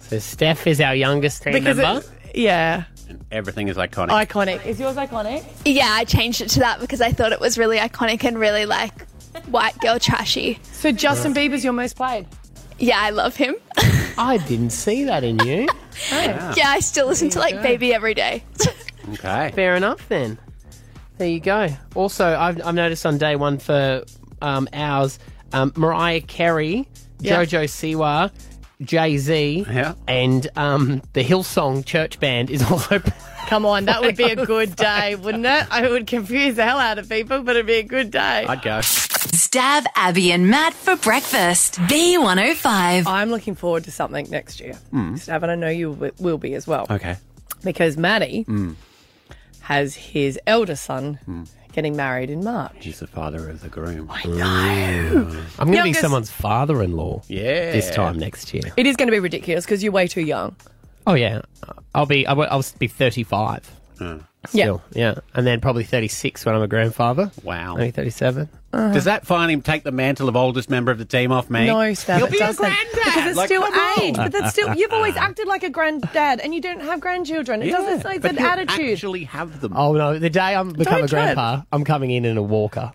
Speaker 2: So Steph is our youngest team
Speaker 4: Because
Speaker 2: member.
Speaker 4: yeah.
Speaker 3: Everything is iconic.
Speaker 4: Iconic. Is yours iconic?
Speaker 14: Yeah, I changed it to that because I thought it was really iconic and really like white girl trashy.
Speaker 4: So Justin Bieber's your most played?
Speaker 14: Yeah, I love him.
Speaker 2: I didn't see that in you.
Speaker 14: Yeah, I still listen to like Baby every day.
Speaker 3: Okay.
Speaker 2: Fair enough then. There you go. Also, I've, I've noticed on day one for um, ours, um, Mariah Carey,
Speaker 4: Yeah.
Speaker 2: JoJo Siwa, Jay Z, and um, the Hillsong Church Band is also.
Speaker 4: Come on, that would be a good day, wouldn't it? I would confuse the hell out of people, but it'd be a good day.
Speaker 3: I'd go.
Speaker 5: Stab Abby and Matt for breakfast. B105.
Speaker 4: I'm looking forward to something next year. Mm. Stav, and I know you w- will be as well.
Speaker 3: Hmm. Okay.
Speaker 4: Because Maddie
Speaker 3: Mm.
Speaker 4: has his elder son
Speaker 3: Hmm.
Speaker 4: getting married in March.
Speaker 3: He's the father of the groom. I
Speaker 2: I'm
Speaker 4: know.
Speaker 2: going to be
Speaker 4: Youngest-
Speaker 2: someone's father in law
Speaker 3: Yeah.
Speaker 2: this time next year.
Speaker 4: It is going to be ridiculous because you're way too young.
Speaker 2: Oh, yeah. I'll be, I will, I'll be 35. Still, yeah. And then probably 36 when I'm a grandfather.
Speaker 3: Wow.
Speaker 2: Maybe 37.
Speaker 3: Does that finally take the mantle of oldest member of the team off me?
Speaker 4: No, Stav,
Speaker 3: You'll
Speaker 4: it
Speaker 3: be a
Speaker 4: doesn't. Because it's
Speaker 3: Like, oh,
Speaker 4: still
Speaker 3: come on.
Speaker 4: age, but that's still you've always acted like a granddad, and you don't have grandchildren. It
Speaker 2: Yeah,
Speaker 4: doesn't. It's
Speaker 2: but
Speaker 4: an
Speaker 2: you'll
Speaker 4: attitude.
Speaker 3: Actually, have them.
Speaker 2: Oh, no. The day I'm become
Speaker 4: Don't
Speaker 2: a grandpa, I'm coming in in a walker.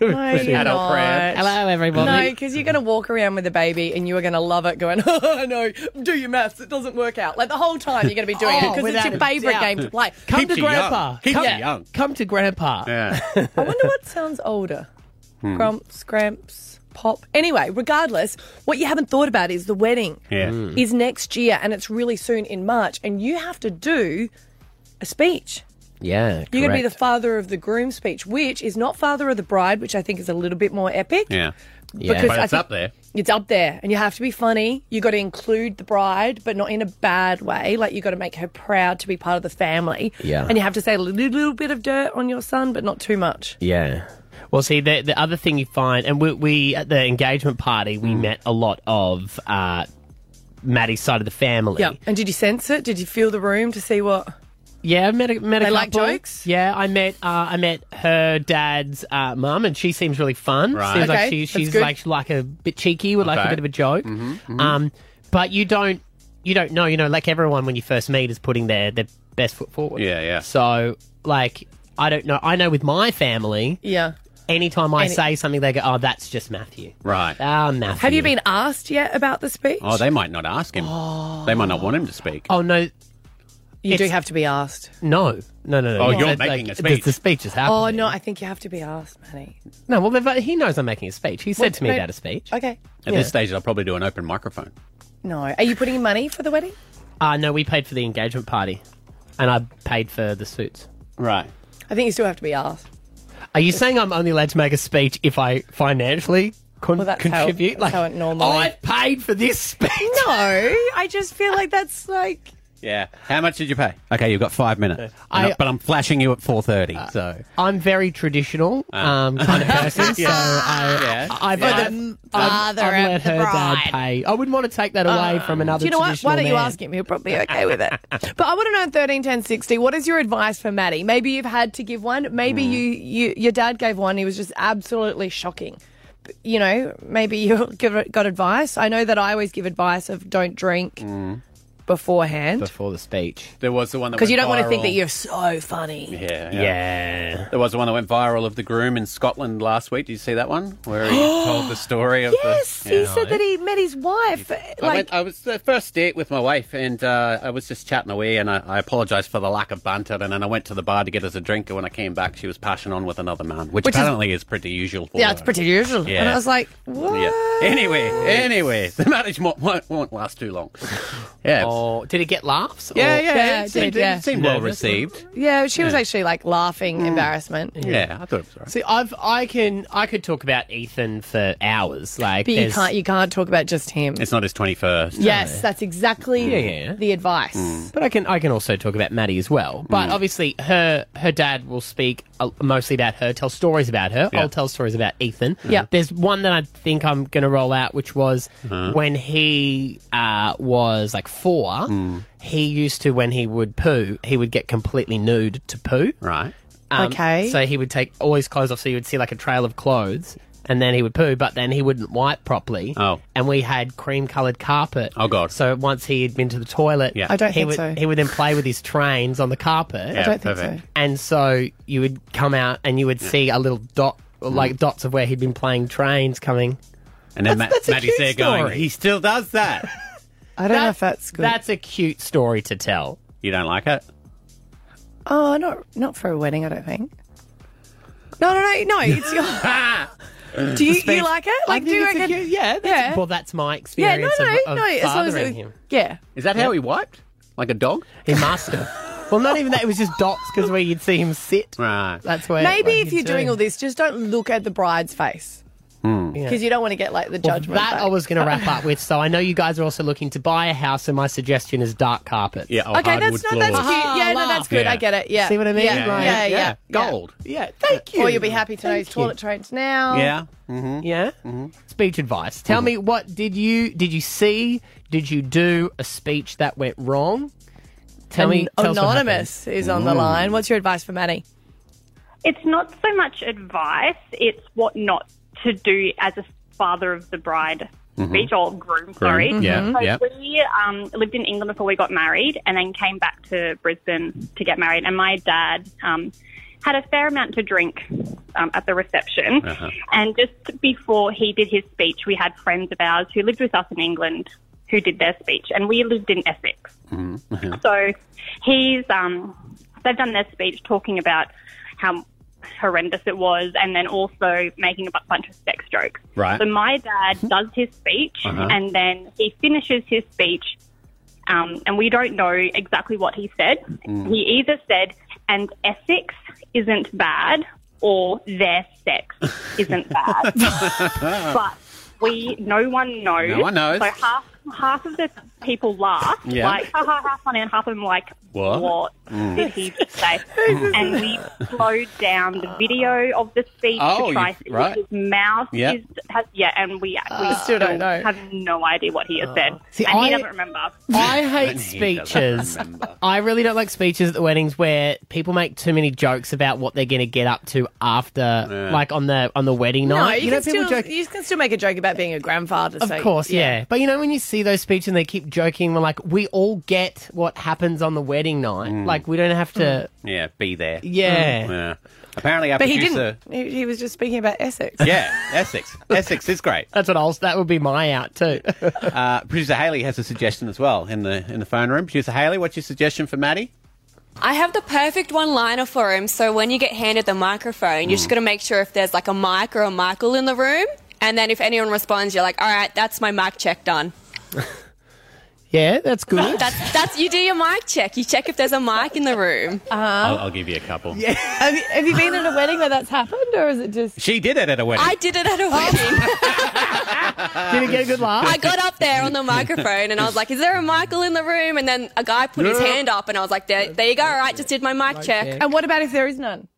Speaker 4: No, you're
Speaker 2: Adult prayer.
Speaker 4: not.
Speaker 2: Hello, everybody.
Speaker 4: No, because you're going to walk around with a baby and you are going to love it going, oh, no, do your maths. It doesn't work out. Like the whole time you're going to be doing it
Speaker 2: Oh,
Speaker 4: because it's
Speaker 2: without
Speaker 4: your
Speaker 2: a
Speaker 4: favourite
Speaker 2: doubt.
Speaker 4: game to play.
Speaker 2: Come to grandpa.
Speaker 4: Keep
Speaker 2: come,
Speaker 4: it
Speaker 2: young. Come to grandpa.
Speaker 3: Yeah.
Speaker 4: I wonder what sounds older.
Speaker 2: Hmm.
Speaker 4: Grumps, gramps, pop. Anyway, regardless, what you haven't thought about is the wedding
Speaker 3: Yeah.
Speaker 2: Hmm.
Speaker 3: Mm.
Speaker 4: is next year and it's really soon in March and you have to do a speech.
Speaker 2: Yeah.
Speaker 4: You're going to be the father of the groom speech, which is not father of the bride, which I think is a little bit more epic.
Speaker 3: Yeah.
Speaker 4: Because
Speaker 3: But
Speaker 4: I
Speaker 3: it's
Speaker 4: think-
Speaker 3: up there.
Speaker 4: It's up there, and you have to be funny. You got to include the bride, but not in a bad way. Like you got to make her proud to be part of the family.
Speaker 2: Yeah.
Speaker 4: and you have to say a little, little bit of dirt on your son, but not too much.
Speaker 2: Yeah. Well, see, the the other thing you find, and we, we at the engagement party, we met a lot of uh, Maddie's side of the family.
Speaker 4: Yeah. And did you sense it? Did you feel the room to see what?
Speaker 2: Yeah, I met a, met a
Speaker 4: They like
Speaker 2: couple.
Speaker 4: jokes?
Speaker 2: Yeah, I met uh, I met her dad's uh, mum, and she seems really fun.
Speaker 4: Right.
Speaker 2: Seems
Speaker 4: Okay,
Speaker 2: like she,
Speaker 4: that's
Speaker 2: she's
Speaker 4: good.
Speaker 2: like she's like a bit cheeky, would like
Speaker 3: Okay.
Speaker 2: a
Speaker 3: Mm-hmm,
Speaker 2: bit of a joke. Um, but you don't you don't know, you know, like everyone when you first meet is putting their their best foot forward. Yeah,
Speaker 3: yeah.
Speaker 2: So like I don't know. I know with my family,
Speaker 4: Yeah.
Speaker 2: anytime I
Speaker 4: Any-
Speaker 2: say something, they go, "Oh, that's just Matthew."
Speaker 3: Right.
Speaker 2: Ah, Matthew.
Speaker 4: Have you been asked yet about the speech?
Speaker 3: Oh, they might not ask him. They might not want him to speak.
Speaker 2: Oh no.
Speaker 4: You do have to be asked.
Speaker 2: No, no, no, no.
Speaker 3: Oh, you're
Speaker 2: It's
Speaker 3: making
Speaker 2: the-
Speaker 3: a speech.
Speaker 2: The speech is happening.
Speaker 4: Oh no, I think you have to be asked, Manny.
Speaker 2: No, well, they've- he knows I'm making a speech. He said
Speaker 4: What-
Speaker 2: to me
Speaker 4: no-
Speaker 2: about a speech.
Speaker 4: Okay.
Speaker 3: At this stage, I'll probably do an open microphone.
Speaker 4: No. Are you putting in money for the wedding?
Speaker 2: Uh, no, we paid for the engagement party, and I paid for the suits.
Speaker 3: Right.
Speaker 4: I think you still have to be asked.
Speaker 2: Are you saying I'm only allowed to make a speech if I financially con-
Speaker 4: Well, that's how-
Speaker 2: contribute?
Speaker 4: that's how it normally-
Speaker 2: I paid for this speech.
Speaker 4: No, I just feel like that's like
Speaker 3: Yeah. How much did you pay? Okay, you've got five minutes.
Speaker 2: I-
Speaker 3: And I- but I'm flashing you at 4.30,
Speaker 4: Uh,
Speaker 3: so...
Speaker 2: I'm very traditional um, kind of person, so I,
Speaker 3: Ah. Yeah.
Speaker 2: I've,
Speaker 3: Yeah.
Speaker 2: I've, I've,
Speaker 4: father
Speaker 2: I've
Speaker 4: of
Speaker 2: let
Speaker 4: the
Speaker 2: her dad
Speaker 4: bride. Um,
Speaker 2: pay. I wouldn't want to take that away from another.
Speaker 4: Do you know what?
Speaker 2: traditional
Speaker 4: Why don't you
Speaker 2: man.
Speaker 4: ask him? He'll probably be okay with it. But I want to know in thirteen ten sixty. What is your advice for Maddie? Maybe you've had to give one. Maybe
Speaker 3: Hmm.
Speaker 4: you, you your dad gave one. He was just absolutely shocking. But, You know, maybe you give got advice. I know that I always give advice of don't drink
Speaker 3: Hmm.
Speaker 4: beforehand
Speaker 2: Before the speech.
Speaker 3: There was the one that
Speaker 4: because you
Speaker 3: went
Speaker 4: don't want to think
Speaker 3: viral.
Speaker 4: that you're so funny.
Speaker 3: Yeah,
Speaker 2: yeah.
Speaker 3: There was the one that went viral of the groom in Scotland last week. Did you see that one? Where he told the story of
Speaker 4: Yes,
Speaker 3: the.
Speaker 4: he
Speaker 3: Yeah.
Speaker 4: said that he met his wife. uh,
Speaker 3: I,
Speaker 4: Like
Speaker 3: went, I was the first date with my wife, and uh, I was just chatting away, and I, I apologised for the lack of banter. And then I went to the bar to get us a drink, and when I came back, she was passing on with another man, which,
Speaker 4: Which is-
Speaker 3: apparently is, pretty usual for
Speaker 4: yeah,
Speaker 3: her.
Speaker 4: it's pretty usual.
Speaker 3: oh, Yeah.
Speaker 4: And I was like, what?
Speaker 3: Yeah. Anyway, anyway, the marriage won't, won't, won't last too long. Yeah.
Speaker 2: Oh, did it get laughs?
Speaker 3: Yeah,
Speaker 2: Or-
Speaker 3: yeah,
Speaker 4: Yeah,
Speaker 3: it,
Speaker 4: it
Speaker 3: seemed,
Speaker 4: did, yeah.
Speaker 3: it seemed well received.
Speaker 4: Yeah, she was actually like laughing embarrassment.
Speaker 3: Hmm. Yeah, I thought it was all right.
Speaker 2: See, I've I can I could talk about Ethan for hours. Like,
Speaker 4: But you
Speaker 2: there's-
Speaker 4: can't you can't talk about just him.
Speaker 3: It's not his 21st.
Speaker 4: Yes, that's exactly
Speaker 2: Yeah, Mm. yeah.
Speaker 4: the advice.
Speaker 2: But I can I can also talk about Maddie as well. But
Speaker 4: Mm.
Speaker 2: obviously, her her dad will speak uh, mostly about her, tell stories about her.
Speaker 3: Yeah.
Speaker 2: I'll tell stories about Ethan.
Speaker 4: Yeah.
Speaker 2: There's one that I think I'm going to roll out, which was when he uh, was like four. He used to when he would poo, he would get completely nude to poo.
Speaker 3: Right.
Speaker 4: Okay.
Speaker 2: Um, So he would take all his clothes off, so you would see like a trail of clothes. And then he would poo, but then he wouldn't wipe properly.
Speaker 3: Oh.
Speaker 2: And we had cream coloured carpet.
Speaker 3: Oh, God.
Speaker 2: So once he had been to the toilet,
Speaker 3: Yeah.
Speaker 4: I don't
Speaker 2: he
Speaker 4: think
Speaker 2: would,
Speaker 4: so.
Speaker 2: He would then play with his trains on the carpet.
Speaker 3: Yeah,
Speaker 4: I don't think
Speaker 3: perfect.
Speaker 4: so.
Speaker 2: And so you would come out and you would see a little dot,
Speaker 3: Mm.
Speaker 2: like dots of where he'd been playing trains coming.
Speaker 3: And then
Speaker 2: That's- that's a
Speaker 3: Ma- Maddie's there
Speaker 2: cute
Speaker 3: going,
Speaker 2: story.
Speaker 3: he still does that.
Speaker 4: I don't know if that's good.
Speaker 2: That's a cute story to tell.
Speaker 3: you don't like it?
Speaker 4: oh, not not for a wedding, I don't think. No, no, no, no. It's your. do you, you like it? Like,
Speaker 2: I
Speaker 4: do
Speaker 2: think
Speaker 4: you
Speaker 2: it's a
Speaker 4: reckon?
Speaker 2: cute- yeah, that's,
Speaker 4: Yeah.
Speaker 2: Well, that's my
Speaker 4: yeah, no,
Speaker 2: experience
Speaker 4: no,
Speaker 2: of, of
Speaker 4: no. As long as
Speaker 2: fathering
Speaker 4: it,
Speaker 2: him.
Speaker 4: yeah,
Speaker 3: Is that how he wiped? Like a dog?
Speaker 2: He must have. well, not even that. It was just dots because where you'd see him sit.
Speaker 3: Right.
Speaker 2: That's where.
Speaker 4: maybe
Speaker 2: where
Speaker 4: if
Speaker 2: he'd
Speaker 4: you're doing
Speaker 2: do.
Speaker 4: all this, just don't look at the bride's face
Speaker 2: Hmm. Yeah.
Speaker 4: because you don't want to get like
Speaker 2: Well,
Speaker 4: the judgment.
Speaker 2: That
Speaker 4: back.
Speaker 2: I was going to wrap up with. So I know you guys are also looking to buy a house, and my suggestion is dark carpet.
Speaker 3: Yeah, oh,
Speaker 4: Okay,
Speaker 3: hardwood
Speaker 4: that's not that's
Speaker 3: floors.
Speaker 4: cute.
Speaker 2: Ah,
Speaker 4: Yeah, no,
Speaker 2: laugh.
Speaker 4: that's good.
Speaker 3: Yeah.
Speaker 4: I get it. Yeah,
Speaker 2: See what I mean?
Speaker 4: Yeah,
Speaker 2: Like,
Speaker 4: yeah, yeah. yeah.
Speaker 3: Gold.
Speaker 2: Yeah, thank you.
Speaker 4: Or you'll be happy to know his
Speaker 2: Thank you.
Speaker 4: toilet trains now.
Speaker 3: Yeah. Mm-hmm.
Speaker 2: Yeah. Speech advice. Tell me what did you did you see? Did you do a speech that went wrong? Tell me.
Speaker 4: An-
Speaker 2: tell us what happened.
Speaker 4: Anonymous is on the line. What's your advice for Maddie?
Speaker 11: It's not so much advice, it's what not to do as a father of the bride speech or groom, sorry.
Speaker 3: Mm-hmm. Yeah.
Speaker 11: So
Speaker 4: Mm-hmm.
Speaker 3: Yeah.
Speaker 11: we um, lived in England before we got married and then came back to Brisbane to get married. And my dad um, had a fair amount to drink um, at the reception.
Speaker 3: Uh-huh.
Speaker 11: And just before he did his speech, we had friends of ours who lived with us in England who did their speech. And we lived in Essex.
Speaker 3: Mm.
Speaker 11: So he's um, they've done their speech talking about how horrendous it was, and then also making a bu- bunch of sex jokes.
Speaker 3: Right.
Speaker 11: So my dad does his speech,
Speaker 3: Uh-huh.
Speaker 11: and then he finishes his
Speaker 3: Mm.
Speaker 11: speech, um, and we don't know exactly what he said. He either said.
Speaker 15: and Essex isn't bad, or their sex isn't bad. but we, no one knows.
Speaker 3: No one knows.
Speaker 15: So half half of the people laugh,
Speaker 3: Yeah.
Speaker 15: like ha ha ha funny, and half of them like
Speaker 3: What?
Speaker 15: what
Speaker 3: Mm.
Speaker 15: did he just say? and we slowed down the video of the speech
Speaker 3: Oh,
Speaker 15: to
Speaker 3: you-
Speaker 15: try and see if
Speaker 3: right.
Speaker 15: his mouth
Speaker 3: Yep.
Speaker 15: is has, yeah, and we we
Speaker 2: Uh, Still don't know. Ah.
Speaker 15: have no idea what he has said,
Speaker 2: See,
Speaker 15: and
Speaker 2: I-
Speaker 15: he doesn't remember.
Speaker 2: I hate speeches. I really don't like speeches at the weddings where people make too many jokes about what they're going to get up to after, like on the on the wedding
Speaker 4: No,
Speaker 2: night.
Speaker 4: you,
Speaker 2: know,
Speaker 4: can
Speaker 2: people
Speaker 4: still,
Speaker 2: joke.
Speaker 4: you can still make a joke about being a grandfather.
Speaker 2: Of course, yeah. But you know when you see those speeches and they keep joking, we're like, we all get what happens on the wedding night. Like we don't have to.
Speaker 3: Yeah, be there. Mm,
Speaker 2: Yeah.
Speaker 3: yeah. Apparently, our
Speaker 4: But he
Speaker 3: producer.
Speaker 4: didn't. He, he was just speaking about Essex.
Speaker 3: Yeah, Essex. Essex is great.
Speaker 2: That's what I'll. That would be my out too.
Speaker 3: Uh, producer Haley has a suggestion as well in the in the phone room. Producer Haley, what's your suggestion for Maddie?
Speaker 8: I have the perfect one liner for him. So when you get handed the microphone,
Speaker 3: Mm.
Speaker 8: you're just going to make sure if there's like a mic or a Michael in the room. And then if anyone responds, you're like, all right, that's my mic check done.
Speaker 2: yeah, that's good.
Speaker 8: That's, that's you do your mic check. You check if there's a mic in the room.
Speaker 3: I'll,
Speaker 8: Uh-huh.
Speaker 3: I'll give you a couple.
Speaker 4: Uh, Yeah. have, you, have you been at a wedding where that's happened, or is it just?
Speaker 3: She did it at a wedding.
Speaker 8: I did it at a
Speaker 2: Did you
Speaker 8: wedding.
Speaker 2: get a good laugh?
Speaker 8: I got up there on the microphone and I was like, is there a Michael in the room? And then a guy put his
Speaker 4: Yeah.
Speaker 8: hand up and I was like, there, there you go. All right, just did my mic check.
Speaker 4: And what about if there is none?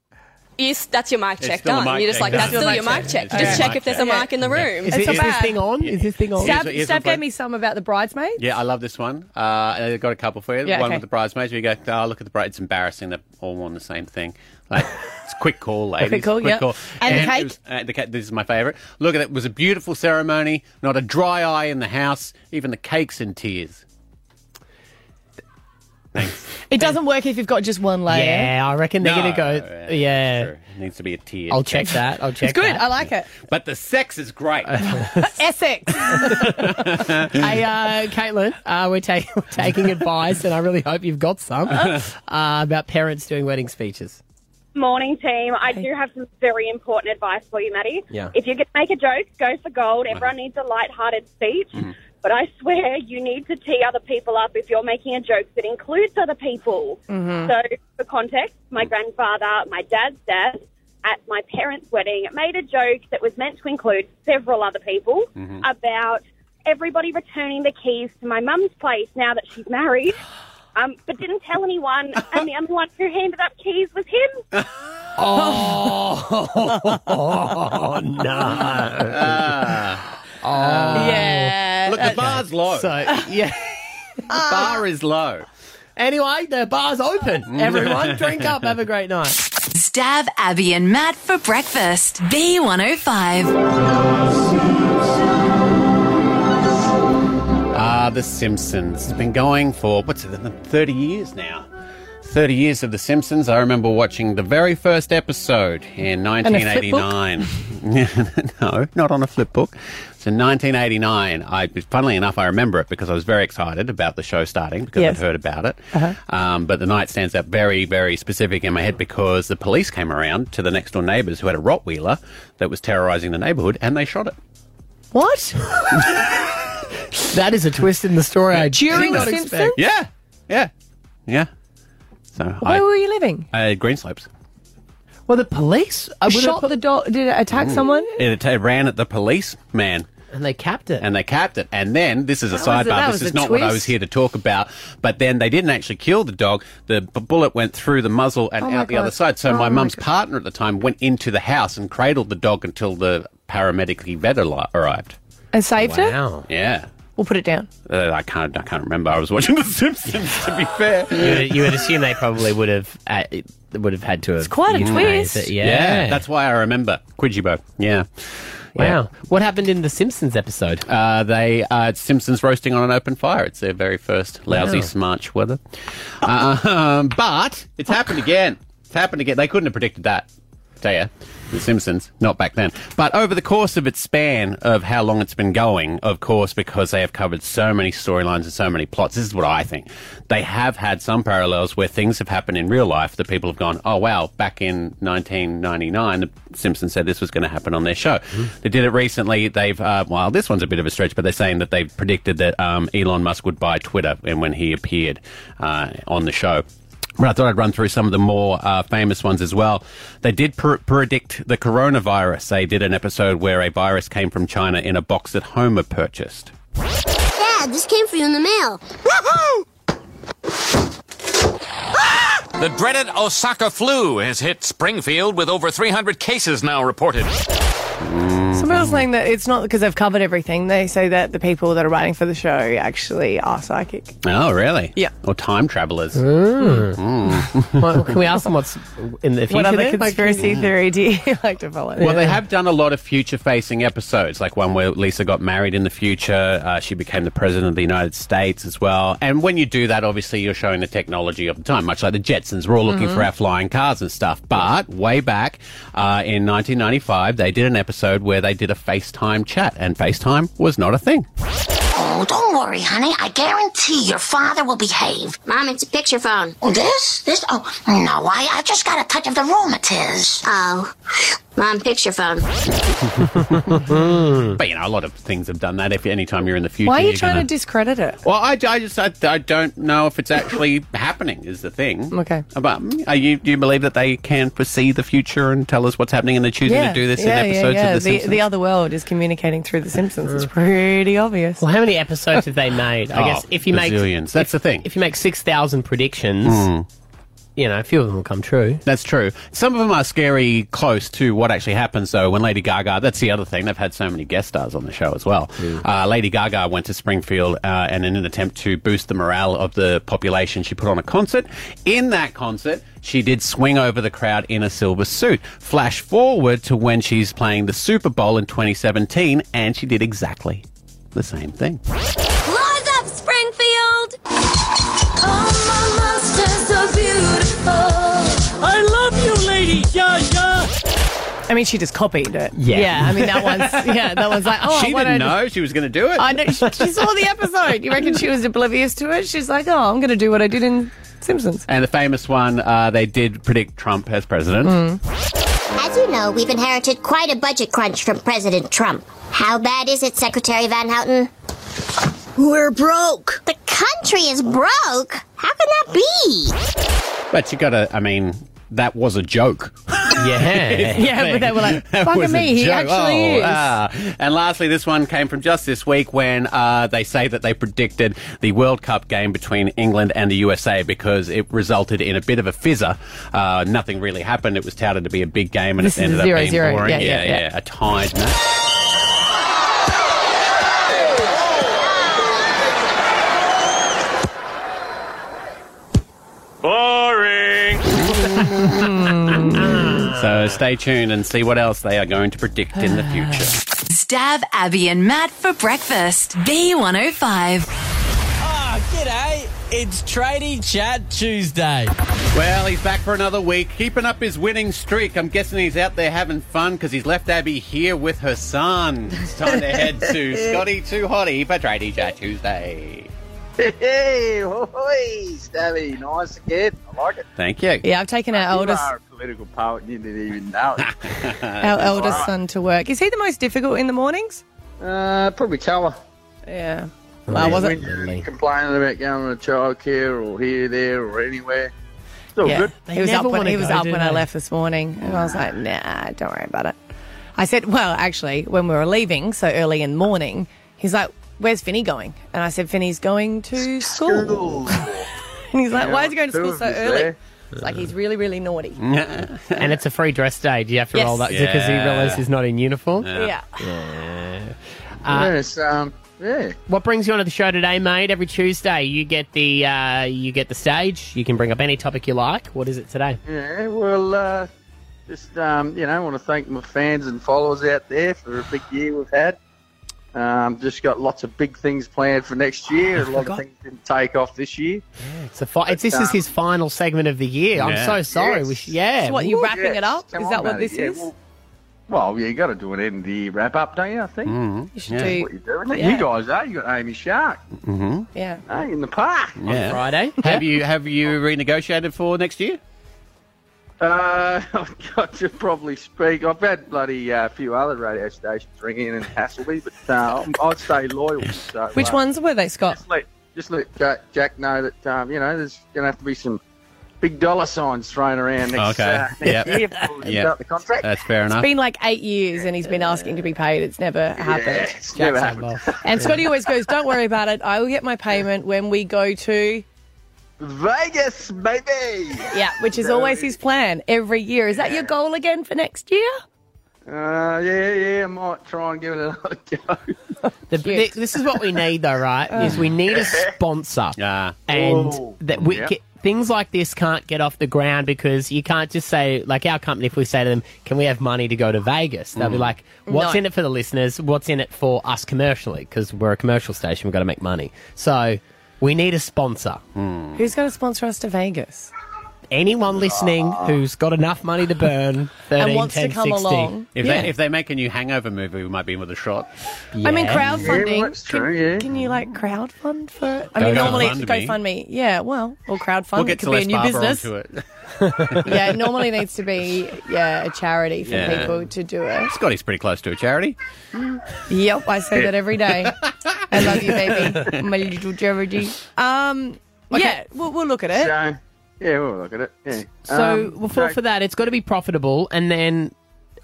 Speaker 8: Yes, that's your mic
Speaker 2: It's
Speaker 8: check
Speaker 2: still a
Speaker 8: done.
Speaker 2: mic
Speaker 8: You're just
Speaker 2: check
Speaker 8: like,
Speaker 2: done.
Speaker 8: that's
Speaker 2: Still
Speaker 8: still
Speaker 2: a
Speaker 8: your
Speaker 2: mic
Speaker 8: mic
Speaker 2: check.
Speaker 8: check.
Speaker 2: It's
Speaker 8: Just
Speaker 2: still a
Speaker 8: check
Speaker 2: mic
Speaker 8: if there's a
Speaker 2: check.
Speaker 8: mic in the room.
Speaker 2: Is,
Speaker 8: It's
Speaker 2: it,
Speaker 8: not
Speaker 2: is this
Speaker 8: bad.
Speaker 2: thing on? Is this thing on?
Speaker 4: Stab,
Speaker 3: Oh, here's
Speaker 4: Stab
Speaker 3: my
Speaker 4: gave
Speaker 3: phone.
Speaker 4: me some about the bridesmaids.
Speaker 3: Yeah, I love this one. Uh, I got a couple for you.
Speaker 4: Yeah,
Speaker 3: one
Speaker 4: okay.
Speaker 3: with the bridesmaids. We go, oh, look at the bride. It's embarrassing. They're all on the same thing. Like, it's a quick call, ladies.
Speaker 4: Quick call, yeah. And the
Speaker 3: it
Speaker 4: cake?
Speaker 3: was- uh, the cake. This is my favourite. Look at it. It was a beautiful ceremony. Not a dry eye in the house. Even the cake's in tears.
Speaker 4: It doesn't work if you've got just one layer.
Speaker 2: Yeah, I reckon they're
Speaker 3: No,
Speaker 2: gonna go. Yeah,
Speaker 3: It needs to be a tear.
Speaker 2: I'll check that. I'll check.
Speaker 4: it's good.
Speaker 2: that.
Speaker 4: I like it.
Speaker 3: But the sex is great. Ah.
Speaker 4: Essex.
Speaker 2: hey, uh, Caitlin, uh, we're, ta- we're taking advice, and I really hope you've got some uh, about parents doing wedding speeches.
Speaker 16: Morning, team. I do have some very important advice for you, Maddie.
Speaker 2: Yeah.
Speaker 16: If you could make a joke, go for gold. Everyone needs a light-hearted speech.
Speaker 2: Mm-hmm.
Speaker 16: But I swear, you need to tee other people up if you're making a joke that includes other people.
Speaker 17: Mhm.
Speaker 8: Mm-hmm.
Speaker 16: So, for context, my grandfather, my dad's dad, at my parents' wedding, made a joke that was meant to include several other people
Speaker 18: Mhm.
Speaker 16: about everybody returning the keys to my mum's place now that she's married. Um, but didn't tell anyone, and the only one who handed up keys was him.
Speaker 2: Oh, no.
Speaker 3: oh.
Speaker 2: Yeah.
Speaker 3: Look, the bar's low.
Speaker 2: So, yeah.
Speaker 3: The bar is low.
Speaker 2: Anyway, the bar's open. Everyone, drink up. Have a great night.
Speaker 5: Stab Abby and Matt for breakfast. oh B105.
Speaker 3: Ah, The Simpsons. It's been going for, what's it, 30 years now. 30 years of The Simpsons. I remember watching the very first episode in
Speaker 18: a flip book?
Speaker 3: 1989. no, not on a flip book. So 1989, I, funnily enough, I remember it because I was very excited about the show starting because
Speaker 19: Yes.
Speaker 3: I'd heard about it.
Speaker 18: Uh-huh.
Speaker 3: Um, but the night stands out very, very specific in my head because the police came around to the next door neighbours who had a Rottweiler that was terrorising the neighbourhood and they shot it.
Speaker 2: What? that is a twist in the story I
Speaker 4: During
Speaker 2: did not
Speaker 4: The
Speaker 2: expect.
Speaker 4: Simpsons?
Speaker 3: Yeah. Yeah. Yeah. So
Speaker 4: Where were you living?
Speaker 3: I, uh, Green Slopes.
Speaker 4: Well, the police
Speaker 2: Uh,
Speaker 4: shot the dog. Did it attack
Speaker 3: Mm.
Speaker 4: someone?
Speaker 3: It, atta- ran at the police man.
Speaker 2: And they capped it.
Speaker 3: And they capped it. And then, this is a
Speaker 2: That was a- that
Speaker 3: sidebar,
Speaker 2: was
Speaker 3: this is
Speaker 2: a
Speaker 3: not what I was
Speaker 2: twist.
Speaker 3: here to talk about. But then they didn't actually kill the dog. The b- bullet went through the muzzle and
Speaker 2: Oh my
Speaker 3: out the other
Speaker 2: God.
Speaker 3: side. So
Speaker 2: Oh my
Speaker 3: my mum's partner at the time went into the house and cradled the dog until the paramedic vet al- arrived.
Speaker 4: And saved it.
Speaker 3: Yeah.
Speaker 4: We'll put it down.
Speaker 3: Uh, I can't. I can't remember. I was watching The Simpsons. To be fair,
Speaker 2: You, you would assume they probably would have uh, would have had to have. It's
Speaker 3: quite a twist.
Speaker 2: Yeah.
Speaker 3: Yeah, that's why I remember Quidgibo. Yeah.
Speaker 2: Wow. What happened in the Simpsons episode?
Speaker 3: Uh, they uh, it's Simpsons roasting on an open fire. It's their very first lousy
Speaker 2: Wow.
Speaker 3: smarch weather. um, but it's happened again. It's happened again. They couldn't have predicted that. Tell ya. The Simpsons, not back then. But over the course of its span of how long it's been going, of course, because they have covered so many storylines and so many plots, this is what I think. They have had some parallels where things have happened in real life that people have gone, oh, wow, back in 1999, The Simpsons said this was going to happen on their show. They did it recently. They've, uh, well, this one's a bit of a stretch, but they're saying that they've predicted that um, Elon Musk would buy Twitter and when he appeared uh, on the show. But I thought I'd run through some of the more uh, famous ones as well. They did pr- predict the coronavirus. They did an episode where a virus came from China in a box that Homer purchased.
Speaker 17: Dad, this came for you in the mail. Woohoo!
Speaker 18: The dreaded Osaka flu has hit Springfield with over 300 cases now reported.
Speaker 4: Somebody was saying that it's not because they've covered everything. They say that the people that are writing for the show actually are psychic.
Speaker 3: Oh, really?
Speaker 4: Yeah.
Speaker 3: Or time travelers. Mm.
Speaker 2: Well, can we ask them what's in the future?
Speaker 4: what other
Speaker 2: they could-
Speaker 4: conspiracy
Speaker 3: Mm.
Speaker 4: theory do you like to follow?
Speaker 3: Well, they have done a lot of future facing episodes, like one where Lisa got married in the future. Uh, she became the president of the United States as well. And when you do that, obviously, you're showing the technology of the time, much like the Jetsons. We're all looking
Speaker 19: Mhm.
Speaker 4: Mm-hmm.
Speaker 3: for our flying cars and stuff. But way back uh, in 1995, they did an episode where they did a FaceTime chat, and FaceTime was not a thing.
Speaker 17: Oh, don't worry, honey. I guarantee your father will behave. Mom, it's a picture phone. Oh, this? This? Oh, no. I, I just got a touch of the rheumatiz. Oh. Mom, picture phone.
Speaker 3: but, you know, a lot of things have done that. If anytime you're in the future,
Speaker 4: Hmm. Why are you
Speaker 3: you're
Speaker 4: trying
Speaker 3: gonna-
Speaker 4: to discredit it?
Speaker 3: Well, I, I just I, I don't know if it's actually happening is the thing.
Speaker 4: Okay.
Speaker 3: But mm, are you do you believe that they can foresee the future and tell us what's happening and they're choosing to do this in episodes of The,
Speaker 4: the,
Speaker 3: Simpsons?
Speaker 4: other world is communicating through The Simpsons. It's pretty obvious.
Speaker 2: Well, how many episodes have they made? I
Speaker 3: Oh,
Speaker 2: guess if you make
Speaker 3: bazillions. That's the thing.
Speaker 2: If you make six thousand predictions,
Speaker 3: Mm.
Speaker 2: you know a few of them will come true.
Speaker 3: That's true. Some of them are scary close to what actually happens, though. When Lady Gaga, that's the other thing, they've had so many guest stars on the show as well. Uh, Lady Gaga went to Springfield uh, and, in an attempt to boost the morale of the population, she put on a concert. In that concert, she did swing over the crowd in a silver suit. Flash forward to when she's playing the Super Bowl in 2017, and she did exactly the same thing.
Speaker 13: Rise up, Springfield! All my monsters are beautiful. I love you, Lady Gaga.
Speaker 4: I mean, she just copied it.
Speaker 3: Yeah.
Speaker 4: Yeah. I mean, that one's yeah, that one's like oh,
Speaker 3: she
Speaker 4: I wanna-
Speaker 3: didn't know she was going to do it.
Speaker 4: I know she, she saw the episode. You reckon she was oblivious to it? She's like, oh, I'm going to do what I did in Simpsons.
Speaker 3: And the famous one, uh, they did predict Trump as president.
Speaker 17: As you know, we've inherited quite a budget crunch from President Trump. How bad is it, Secretary Van Houten? We're broke. The country is broke? How can that be?
Speaker 3: But you gotta, I mean, that was a joke.
Speaker 2: Yeah.
Speaker 4: Yeah, but they were like,
Speaker 3: That
Speaker 4: "Fuck
Speaker 3: was
Speaker 4: me,
Speaker 3: a
Speaker 4: he
Speaker 3: joke."
Speaker 4: actually
Speaker 3: Oh,
Speaker 4: is.
Speaker 3: ah. And lastly, this one came from just this week when uh, they say that they predicted the World Cup game between England and the USA because it resulted in a bit of a fizzer. Uh, nothing really happened. It was touted to be a big game and
Speaker 4: This
Speaker 3: it
Speaker 4: is
Speaker 3: ended up
Speaker 4: zero,
Speaker 3: being
Speaker 4: zero.
Speaker 3: boring.
Speaker 4: Yeah, yeah, yeah.
Speaker 3: a tied match.
Speaker 13: Boring.
Speaker 3: So stay tuned and see what else they are going to predict in the future.
Speaker 5: Stab Abby and Matt for breakfast. B105.
Speaker 20: Ah, g'day. It's Tradie Chat Tuesday.
Speaker 3: Well, he's back for another week, keeping up his winning streak. I'm guessing he's out there having fun because he's left Abby here with her son. It's time to head to Scotty Too Hottie for Tradie Chat Tuesday.
Speaker 21: Hey, hoy, Stabby. Nice again. I like it.
Speaker 3: Thank you.
Speaker 4: Yeah, I've taken our
Speaker 21: you
Speaker 4: eldest,
Speaker 21: Are a political poet, and you didn't even know it.
Speaker 4: our eldest son to work. Is he the most difficult in the mornings?
Speaker 21: Uh, probably Taylor.
Speaker 4: Yeah.
Speaker 21: Well, complaining about going to childcare or here, there, or anywhere. It's all
Speaker 4: yeah.
Speaker 21: good.
Speaker 4: He was up when, he was up when I left this morning. And I was like, nah, don't worry about it. I said, well, actually, when we were leaving so early in the morning, he's like, where's Finney going? And I said, Finney's going to school. and he's like,
Speaker 2: Yeah,
Speaker 4: why is he going to
Speaker 2: two
Speaker 4: school
Speaker 2: of
Speaker 4: so
Speaker 2: us eh?
Speaker 4: early?
Speaker 2: there.
Speaker 4: It's like he's really, really naughty.
Speaker 2: and it's a free dress day. Do you have to
Speaker 4: Yes.
Speaker 2: roll that because he
Speaker 21: Yeah.
Speaker 2: realises he's not in uniform?
Speaker 21: Yeah. Yeah.
Speaker 2: Uh,
Speaker 21: yes, um, yeah.
Speaker 2: What brings you onto the show today, mate? Every Tuesday, you get the uh, you get the stage. You can bring up any topic you like. What is it today?
Speaker 21: Yeah, well, uh, just, um, you know, want to thank my fans and followers out there for a big year we've had. Um, just got lots of big things planned for next year. A lot of things didn't take off this year.
Speaker 2: It's a fi- it's, this is his final segment of the year. I'm
Speaker 21: Yeah.
Speaker 2: so sorry.
Speaker 21: Yes.
Speaker 2: We sh- yeah.
Speaker 4: So what, you
Speaker 2: Woo.
Speaker 4: wrapping it up?
Speaker 21: Come
Speaker 4: is
Speaker 21: on,
Speaker 4: that what
Speaker 21: Maddie.
Speaker 4: this
Speaker 21: Yeah,
Speaker 4: is?
Speaker 21: Well, well, yeah, you got to do an end of the year wrap up, don't you? I think you
Speaker 4: should Yeah. do-
Speaker 21: what you're doing. isn't it?
Speaker 4: Mm. yeah.
Speaker 21: You guys are. You got Amy Shark.
Speaker 3: Mm-hmm.
Speaker 4: yeah.
Speaker 21: Hey, in the park.
Speaker 3: Yeah. Friday. Have you have you renegotiated for next year?
Speaker 21: Uh, I've got to probably speak. I've had bloody uh, a few other radio stations ring in and hassle me, but uh, I'm- I'd stay loyal. So,
Speaker 4: Which
Speaker 21: uh,
Speaker 4: ones were they, Scott?
Speaker 21: Just let, just let Ja- Jack know that um, you know there's going to have to be some big dollar signs thrown around next,
Speaker 3: Okay.
Speaker 21: uh, next
Speaker 3: Yep.
Speaker 21: year before we
Speaker 3: Yep. Uh,
Speaker 21: start the contract.
Speaker 3: That's fair
Speaker 4: It's
Speaker 3: enough.
Speaker 4: been like eight years and he's been asking to be paid. It's never happened.
Speaker 21: it's never happened.
Speaker 4: And Scotty always goes, Don't worry about it. I will get my payment when we go to.
Speaker 21: Vegas, baby!
Speaker 4: Yeah, which is always his plan every year. Is that your goal again for next year?
Speaker 21: Uh, yeah, yeah, I might try and give it another go.
Speaker 2: The, thi- this is what we need, though, right? Is we need a sponsor, and
Speaker 3: Ooh.
Speaker 2: that we
Speaker 3: Yep.
Speaker 2: ca- things like this can't get off the ground because you can't just say, like our company, if we say to them, "Can we have money to go to Vegas?" They'll be
Speaker 3: Mm.
Speaker 2: like, "What's
Speaker 4: No.
Speaker 2: in it for the listeners? What's in it for us commercially? Because we're a commercial station, we've got to make money. So we need a sponsor.
Speaker 3: Mm.
Speaker 4: Who's going to sponsor us to Vegas?
Speaker 2: Anyone listening who's got enough money to burn 13,
Speaker 4: Ah. wants to
Speaker 2: 10,
Speaker 4: come
Speaker 2: 60.
Speaker 4: along.
Speaker 3: If,
Speaker 4: Yeah.
Speaker 3: they, if they make a new hangover movie, we might be in with a shot.
Speaker 4: I mean, crowdfunding.
Speaker 3: true,
Speaker 4: can,
Speaker 3: yeah.
Speaker 4: can you like crowdfund for? I mean,
Speaker 3: Go
Speaker 4: normally it's
Speaker 3: GoFundMe.
Speaker 4: GoFundMe. Yeah, well, or crowdfund.
Speaker 3: We'll
Speaker 4: it
Speaker 3: get
Speaker 4: could be a
Speaker 3: Celeste
Speaker 4: new
Speaker 3: Barber
Speaker 4: business.
Speaker 3: onto it.
Speaker 4: yeah, it normally needs to be yeah a charity for
Speaker 3: Yeah.
Speaker 4: people to do it.
Speaker 3: Scotty's pretty close to a charity.
Speaker 4: Yep, I say that every day. I love you, baby, my little charity. Um, yeah, we'll, we'll look at it.
Speaker 21: So, yeah, we'll look at it. Yeah.
Speaker 2: So
Speaker 21: Um,
Speaker 2: well, for,
Speaker 21: so-
Speaker 2: for that, it's got to be profitable. And then,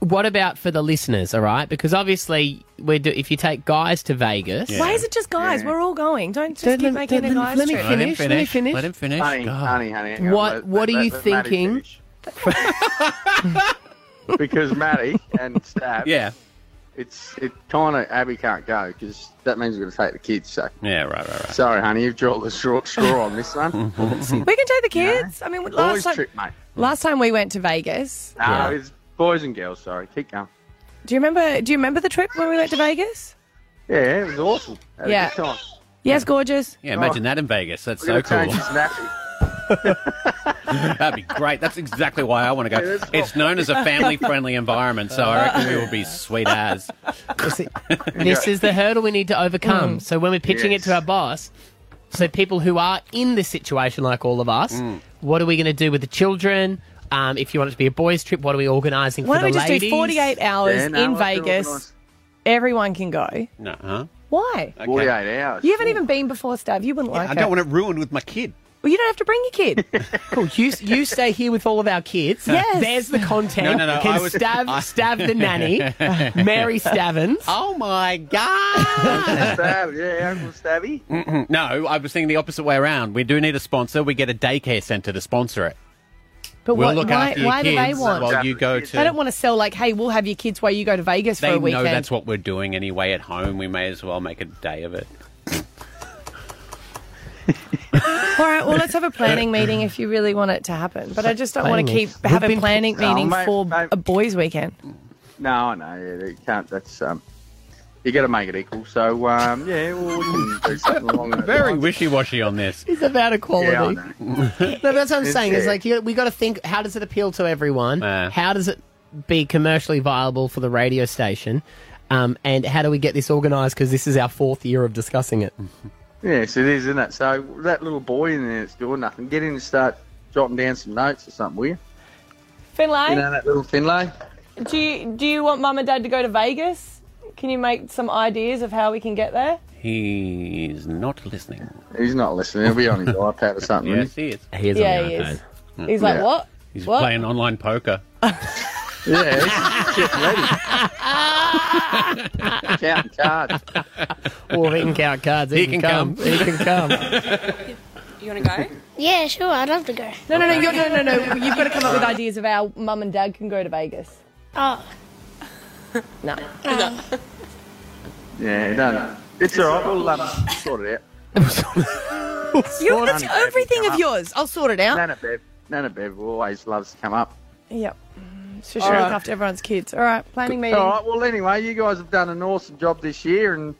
Speaker 2: what about for the listeners? All right, because obviously, we do. If you take guys to Vegas,
Speaker 4: Why is it just guys? We're all going. Don't just
Speaker 2: Don't
Speaker 4: keep
Speaker 2: let-
Speaker 4: making
Speaker 2: don't
Speaker 4: a
Speaker 2: let-
Speaker 4: guys
Speaker 2: let me
Speaker 4: trip.
Speaker 2: Let him finish, let me finish, finish. let him finish.
Speaker 21: Honey,
Speaker 2: God.
Speaker 21: honey, honey. hang on.
Speaker 2: What
Speaker 21: Let-
Speaker 2: What
Speaker 21: let-
Speaker 2: are you
Speaker 21: let Maddie
Speaker 2: thinking?
Speaker 21: finish. because Maddie and Stab.
Speaker 3: Yeah.
Speaker 21: It's it kind of Abby can't go because that means we're going to take the kids. So
Speaker 3: Yeah, right, right, right.
Speaker 21: sorry, honey, you've drawn the short straw on this one.
Speaker 4: We can take the kids. I mean, last
Speaker 21: Always
Speaker 4: time,
Speaker 21: trick, mate.
Speaker 4: last time we went to Vegas.
Speaker 21: No, it's boys and girls. Sorry, keep going.
Speaker 4: Do you remember? Do you remember the trip when we went to Vegas?
Speaker 21: Yeah, it was awesome. Had a
Speaker 4: Yeah.
Speaker 21: good time.
Speaker 4: Yes, gorgeous.
Speaker 3: Yeah, imagine that in Vegas. That's
Speaker 21: We're
Speaker 3: so
Speaker 21: gonna
Speaker 3: cool.
Speaker 21: change his nappy.
Speaker 3: That'd be great. That's exactly why I want to go. It's known as a family-friendly environment, so
Speaker 4: Uh-huh.
Speaker 3: I reckon we will be sweet as.
Speaker 2: this is the hurdle we need to overcome.
Speaker 4: Mm.
Speaker 2: So when we're pitching it to our boss, so people who are in this situation, like all of us,
Speaker 4: Mm.
Speaker 2: what are we going to do with the children? Um, if you want it to be a boys' trip, what are we organising
Speaker 4: Why
Speaker 2: for
Speaker 4: don't we
Speaker 2: the
Speaker 4: just
Speaker 2: ladies?
Speaker 4: do 48 hours
Speaker 2: Yeah, no,
Speaker 4: in
Speaker 2: let's do
Speaker 4: Vegas?
Speaker 2: organised.
Speaker 4: Everyone can go.
Speaker 3: No, huh?
Speaker 4: Why?
Speaker 3: Okay.
Speaker 21: hours.
Speaker 4: You haven't even been before, Stav. You wouldn't
Speaker 3: Yeah,
Speaker 4: like
Speaker 3: I
Speaker 4: it.
Speaker 3: don't want it ruined with my kid.
Speaker 4: Well, you don't have to bring your kid.
Speaker 2: cool. You you stay here with all of our kids.
Speaker 4: Yes.
Speaker 2: There's the content.
Speaker 3: No, no, no,
Speaker 2: Can
Speaker 3: I was-
Speaker 2: stab
Speaker 3: I-
Speaker 2: stab the nanny, Mary Stavins.
Speaker 3: Oh my god!
Speaker 21: Stab, yeah, Uncle Stabby.
Speaker 3: no, I was thinking the opposite way around. We do need a sponsor. We get a daycare centre to sponsor it.
Speaker 4: But
Speaker 3: we'll
Speaker 4: what-
Speaker 3: look
Speaker 4: why-
Speaker 3: after your
Speaker 4: why do
Speaker 3: kids
Speaker 4: they want-
Speaker 3: while you go to.
Speaker 4: They don't want to sell like, hey, we'll have your kids while you go to Vegas for
Speaker 3: They
Speaker 4: a weekend.
Speaker 3: know that's what we're doing anyway at home. We may as well make a day of it.
Speaker 4: All right, well, let's have a planning meeting if you really want it to happen. But I just don't want to
Speaker 21: Planning
Speaker 4: keep
Speaker 21: meeting. We've
Speaker 4: having
Speaker 21: been-
Speaker 4: planning
Speaker 21: No,
Speaker 4: meetings
Speaker 21: mate,
Speaker 4: for a boys' weekend.
Speaker 21: No, no, yeah, they can't. That's um, you got to make it equal. So um, yeah, well, we can do something along that.
Speaker 3: Very wishy washy on this.
Speaker 2: It's about equality.
Speaker 21: Yeah, I
Speaker 2: no, but that's what I'm
Speaker 21: It's-
Speaker 2: saying. It's
Speaker 21: yeah.
Speaker 2: like you, we got to think: how does it appeal to everyone? How does it be commercially viable for the radio station? Um, and how do we get this organised? Because this is our fourth year of discussing it.
Speaker 21: Yes, it is, isn't it? So that little boy in there that's doing nothing. Get in and start jotting down some notes or something, will you?
Speaker 4: Finlay,
Speaker 21: You know that little Finlay.
Speaker 4: do you do you want Mum and Dad to go to Vegas? Can you make some ideas of how we can get there?
Speaker 3: He's not listening.
Speaker 21: He's not listening. He'll be on his iPad or something.
Speaker 3: Yes, he is.
Speaker 2: He
Speaker 4: is on Yeah, the he iPad. is. He's like, what?
Speaker 3: He's
Speaker 4: What?
Speaker 3: playing online poker.
Speaker 21: yeah, Counting cards.
Speaker 2: Or he can count cards. He, can, come. He can come.
Speaker 8: You want to go?
Speaker 6: Yeah, sure, I'd love to go.
Speaker 4: No, no, no, you're, no, no, no. You've got to come up with ideas of how Mum and Dad can go to Vegas.
Speaker 6: Oh.
Speaker 4: No.
Speaker 21: Yeah, no, it's all right. We'll um, sort it out.
Speaker 4: You,
Speaker 21: Sort
Speaker 4: that's
Speaker 21: it out.
Speaker 4: everything
Speaker 21: Come
Speaker 4: of
Speaker 21: up.
Speaker 4: yours. I'll sort it out.
Speaker 21: Nana Bev, Nana Bev always loves to come up.
Speaker 4: Yep. So
Speaker 21: All
Speaker 4: she'll look
Speaker 21: right.
Speaker 4: after everyone's kids. All right, planning meeting.
Speaker 21: All right. Well, anyway, you guys have done an awesome job this year, and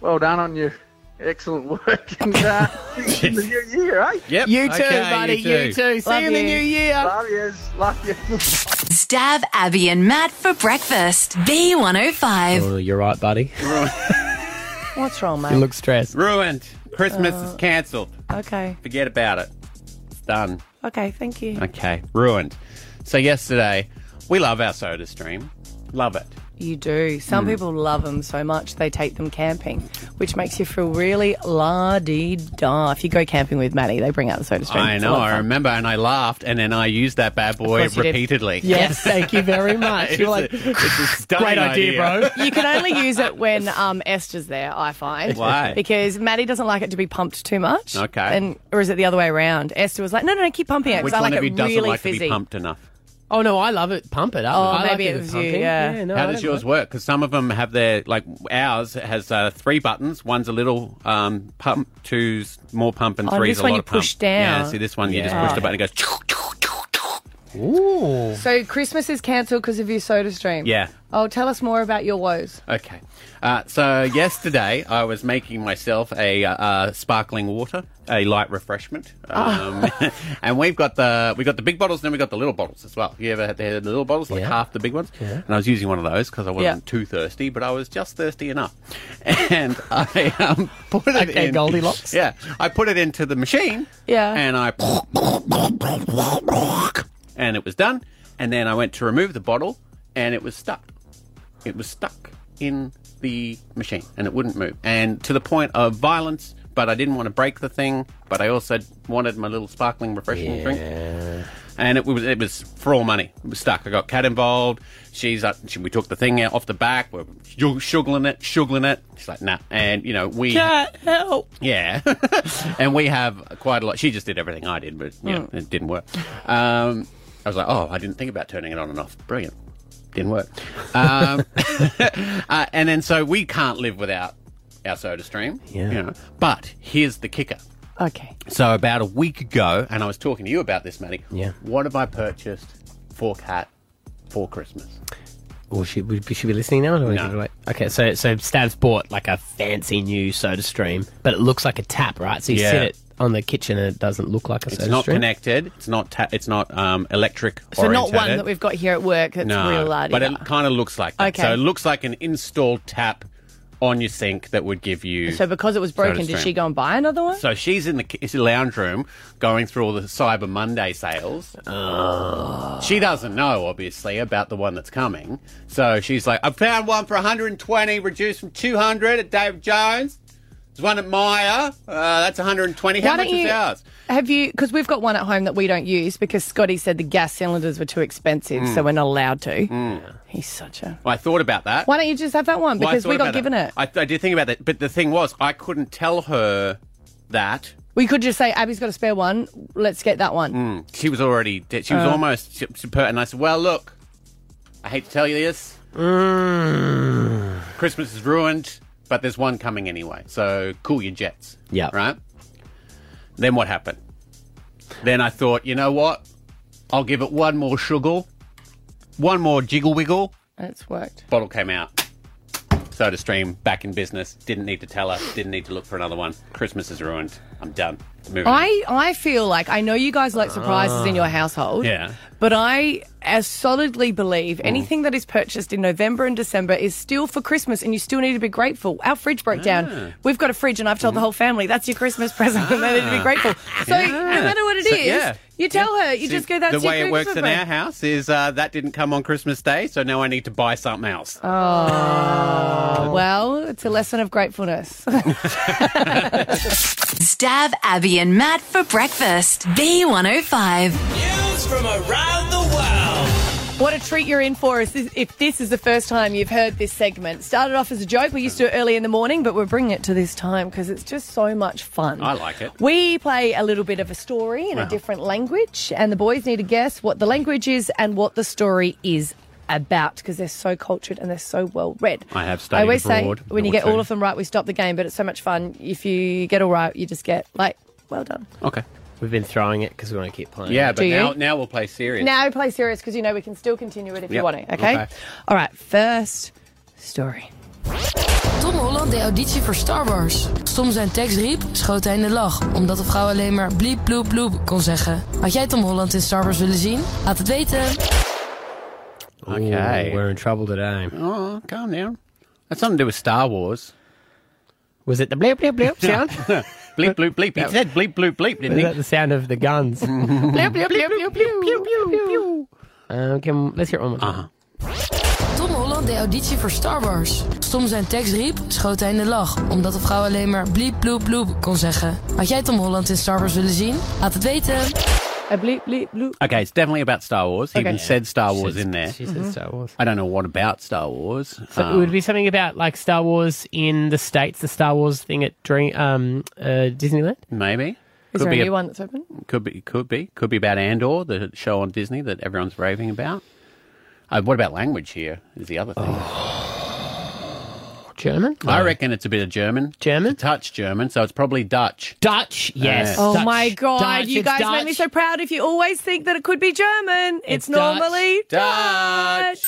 Speaker 21: well done on your excellent work and, uh, in the new year, eh?
Speaker 3: Yep.
Speaker 2: You too, Okay, buddy, you you too. too. See you in the new year.
Speaker 21: Love yous. Love yous.
Speaker 5: Stab Abby and Matt for breakfast. B105.
Speaker 2: Oh, you're right, buddy.
Speaker 4: What's wrong, mate?
Speaker 2: You look stressed.
Speaker 3: Ruined. Christmas is
Speaker 4: Uh,
Speaker 3: cancelled.
Speaker 4: Okay.
Speaker 3: Forget about it. It's done.
Speaker 4: Okay. Thank you.
Speaker 3: Okay. Ruined. So yesterday, we love our soda stream. Love it.
Speaker 4: You do. Some
Speaker 3: Mm.
Speaker 4: people love them so much they take them camping, which makes you feel really la di da. If you go camping with Maddie, they bring out the soda stream.
Speaker 3: I
Speaker 4: It's a
Speaker 3: know.
Speaker 4: lot of
Speaker 3: I
Speaker 4: fun.
Speaker 3: remember, and I laughed, and then I used that bad boy
Speaker 4: course you did.
Speaker 3: repeatedly.
Speaker 4: Yes,
Speaker 2: thank you very much.
Speaker 3: It's a-
Speaker 2: You're like,
Speaker 3: it's a stunning
Speaker 2: great idea, bro.
Speaker 4: You can only use it when um, Esther's there, I find.
Speaker 3: Why?
Speaker 4: Because Maddie doesn't like it to be pumped too much.
Speaker 3: Okay.
Speaker 4: And or is it the other way around? Esther was like, no, no, no, keep pumping it
Speaker 3: Which
Speaker 4: because I
Speaker 3: one
Speaker 4: like
Speaker 3: of
Speaker 4: it
Speaker 3: you doesn't
Speaker 4: really
Speaker 3: like
Speaker 4: fizzy.
Speaker 3: to be pumped enough?
Speaker 2: Oh no, I love it. Pump it up.
Speaker 4: Oh,
Speaker 2: I like
Speaker 4: maybe
Speaker 2: with
Speaker 4: it was you,
Speaker 2: pumping.
Speaker 4: yeah.
Speaker 2: no,
Speaker 3: How
Speaker 2: I
Speaker 3: does
Speaker 2: don't
Speaker 3: yours work? Because some of them have their like ours has uh, three buttons. One's a little um, pump, two's more pump, and
Speaker 4: Oh,
Speaker 3: three's
Speaker 4: this
Speaker 3: a
Speaker 4: one
Speaker 3: lot
Speaker 4: you
Speaker 3: of pump.
Speaker 4: push down.
Speaker 3: Yeah, see this one you just
Speaker 4: Yeah.
Speaker 3: push the button. It goes. Ooh.
Speaker 4: So Christmas is cancelled because of your soda stream.
Speaker 3: Yeah.
Speaker 4: Oh, tell us more about your woes.
Speaker 3: Okay. Uh, so yesterday I was making myself a uh, uh, sparkling water, a light refreshment,
Speaker 2: Ah.
Speaker 3: um, and we've got the we got the big bottles, and then we got the little bottles as well. You ever had the, the little bottles, like
Speaker 2: Yeah.
Speaker 3: half the big ones?
Speaker 2: Yeah.
Speaker 3: And I was using one of those because I wasn't
Speaker 2: Yeah.
Speaker 3: too thirsty, but I was just thirsty enough, and I um, put it
Speaker 2: Okay,
Speaker 3: in
Speaker 2: Goldilocks.
Speaker 3: Yeah, I put it into the machine.
Speaker 4: Yeah.
Speaker 3: and I and it was done. And then I went to remove the bottle, and it was stuck. It was stuck in the machine, and it wouldn't move. And to the point of violence, but I didn't want to break the thing. But I also wanted my little sparkling refreshing drink. And it was it was for all money. It was stuck. I got Kat involved. She's like, she, we took the thing out off the back. We're shug- shuggling it, shuggling it. She's like, nah. And you know we
Speaker 4: Can't help.
Speaker 3: yeah. and we have quite a lot. She just did everything I did, but yeah,
Speaker 4: Mm.
Speaker 3: it didn't work. Um, I was like, oh, I didn't think about turning it on and off. Brilliant. Didn't work. Um, uh, and then so we can't live without our soda stream. Yeah. You know. But here's the kicker.
Speaker 4: Okay.
Speaker 3: So about a week ago, and I was talking to you about this, Maddie.
Speaker 2: Yeah.
Speaker 3: What have I purchased for Cat for Christmas?
Speaker 2: Well, should we should we be listening now? Or do we give it away? Okay, so so Stav's bought like a fancy new Soda Stream, but it looks like a tap, right? So you
Speaker 3: Yeah.
Speaker 2: sit it on the kitchen and it doesn't look like a
Speaker 3: It's
Speaker 2: Soda
Speaker 3: not
Speaker 2: Stream.
Speaker 3: connected. It's not. Ta- it's not um, electric.
Speaker 4: So not one
Speaker 3: orientated.
Speaker 4: that we've got here at work that's
Speaker 3: no,
Speaker 4: real lardy.
Speaker 3: but it kind of looks like that.
Speaker 4: Okay.
Speaker 3: So it looks like an installed tap on your sink that would give you.
Speaker 4: So because it was broken, did she go and buy another one?
Speaker 3: So she's in the ki- is in the lounge room going through all the Cyber Monday sales. She doesn't know, obviously, about the one that's coming. So she's like, I found one for 120, reduced from 200 at Dave Jones. There's one at Meyer. Uh, that's 120. How
Speaker 4: Why
Speaker 3: much
Speaker 4: don't you,
Speaker 3: is ours?
Speaker 4: Have you? Because we've got one at home that we don't use because Scotty said the gas cylinders were too expensive,
Speaker 3: Mm.
Speaker 4: so we're not allowed to.
Speaker 3: Mm.
Speaker 4: He's such a.
Speaker 3: I thought about that.
Speaker 4: Why don't you just have that one?
Speaker 3: Well, I
Speaker 4: Because we
Speaker 3: thought
Speaker 4: got
Speaker 3: about
Speaker 4: given it.
Speaker 3: I, I did think about that, but the thing was, I couldn't tell her that.
Speaker 4: We could just say Abby's got a spare one. Let's get that one.
Speaker 3: Mm, she was already dead. She was
Speaker 4: Uh.
Speaker 3: almost she, she put, and I said, "Well, look, I hate to tell you this,
Speaker 4: Mm.
Speaker 3: Christmas is ruined, but there's one coming anyway. So cool your jets."
Speaker 2: Yeah.
Speaker 3: Right. Then what happened? Then I thought, you know what? I'll give it one more sugar, one more jiggle wiggle.
Speaker 4: It's worked.
Speaker 3: Bottle came out. Soda Stream back in business. Didn't need to tell her. Didn't need to look for another one. Christmas is ruined. I'm done. Moving on.
Speaker 4: I I feel like I know you guys like surprises
Speaker 3: Ah.
Speaker 4: in your household.
Speaker 3: Yeah. Mm.
Speaker 4: But I as solidly believe anything that is purchased in November and December is still for Christmas and you still need to be grateful. Our fridge broke
Speaker 3: Ah. Mm.
Speaker 4: down. We've got a fridge and I've told the whole family that's your Christmas present and they need to be grateful. So no matter what it is,
Speaker 3: Ah. So, yeah.
Speaker 4: you tell her, you
Speaker 3: See,
Speaker 4: just go that's
Speaker 3: the
Speaker 4: your
Speaker 3: way it works
Speaker 4: Christmas
Speaker 3: in our house is uh, that didn't come on Christmas Day, so now I need to buy something else.
Speaker 4: Oh, well, it's a lesson of gratefulness.
Speaker 5: Stab Abby and Matt for breakfast. B105.
Speaker 20: News from around the world.
Speaker 4: What a treat you're in for is this, if this is the first time you've heard this segment. Started off as a joke, we used to do it early in the morning, but we're bringing it to this time because it's just so much fun.
Speaker 13: I like it.
Speaker 4: We play a little bit of a story in
Speaker 13: Wow.
Speaker 4: a different language, and the boys need to guess what the language is and what the story is about because they're so cultured and they're so well read.
Speaker 3: I have
Speaker 4: I always say when you get all
Speaker 3: too.
Speaker 4: of them right, we stop the game, but it's so much fun. If you get all right, you just get like, well done.
Speaker 3: Okay.
Speaker 2: We've been throwing it because we want to keep playing.
Speaker 3: Yeah,
Speaker 2: it.
Speaker 3: but now, now we'll play serious.
Speaker 4: Now we play serious because you know we can still continue it if you
Speaker 3: Yep.
Speaker 4: want to. Okay?
Speaker 3: Okay.
Speaker 4: All right. First story.
Speaker 19: Tom Holland deed auditie voor Star Wars. Stom zijn tekst riep, schoot hij in de lach. Omdat de vrouw alleen maar bliep bloep bloep kon zeggen. Had jij Tom Holland in Star Wars willen zien? Laat het weten.
Speaker 3: Okay.
Speaker 2: we're in trouble today.
Speaker 3: Oh, calm down. That's something to do with Star Wars.
Speaker 2: Was it the bleep bleep bleep sound?
Speaker 3: bleep bleep bleep. He said bleep bleep bleep, didn't
Speaker 2: Is
Speaker 3: he?
Speaker 2: that the sound of the guns?
Speaker 13: Bleep, bleep, bleep, bleep, bleep, bleep, bleep, bleep.
Speaker 2: um, can, let's hear it one more time.
Speaker 19: Tom Holland de auditie voor Star Wars. Stom zijn tekst riep, schoot hij in de lach. Omdat de vrouw alleen maar bliep bloep bloep kon zeggen. Had jij Tom Holland in Star Wars willen zien? Laat het weten.
Speaker 3: Ah.
Speaker 4: bleep bleep bloep.
Speaker 3: Okay, it's definitely about Star Wars. He
Speaker 4: Okay.
Speaker 3: even said Star Wars in there.
Speaker 2: she said Mhm. Star Wars.
Speaker 3: I don't know what about Star Wars.
Speaker 2: So it
Speaker 3: Um,
Speaker 2: would be something about like Star Wars in the states, the Star Wars thing at Dream, um, uh, Disneyland.
Speaker 3: Um, Maybe.
Speaker 4: Is there a new one that's open?
Speaker 3: Could be, could be, could be about Andor, the show on Disney that everyone's raving about. Uh, what about language? Here is the other thing.
Speaker 2: German.
Speaker 3: I reckon it's a bit of German.
Speaker 2: German.
Speaker 3: touch German, so it's probably Dutch.
Speaker 2: Dutch, yes.
Speaker 4: Oh
Speaker 2: Dutch.
Speaker 4: my god,
Speaker 2: Dutch,
Speaker 4: you
Speaker 2: it's
Speaker 4: guys
Speaker 2: Dutch.
Speaker 4: make me so proud if you always think that it could be German. It's,
Speaker 2: It's Dutch.
Speaker 4: normally
Speaker 3: Dutch.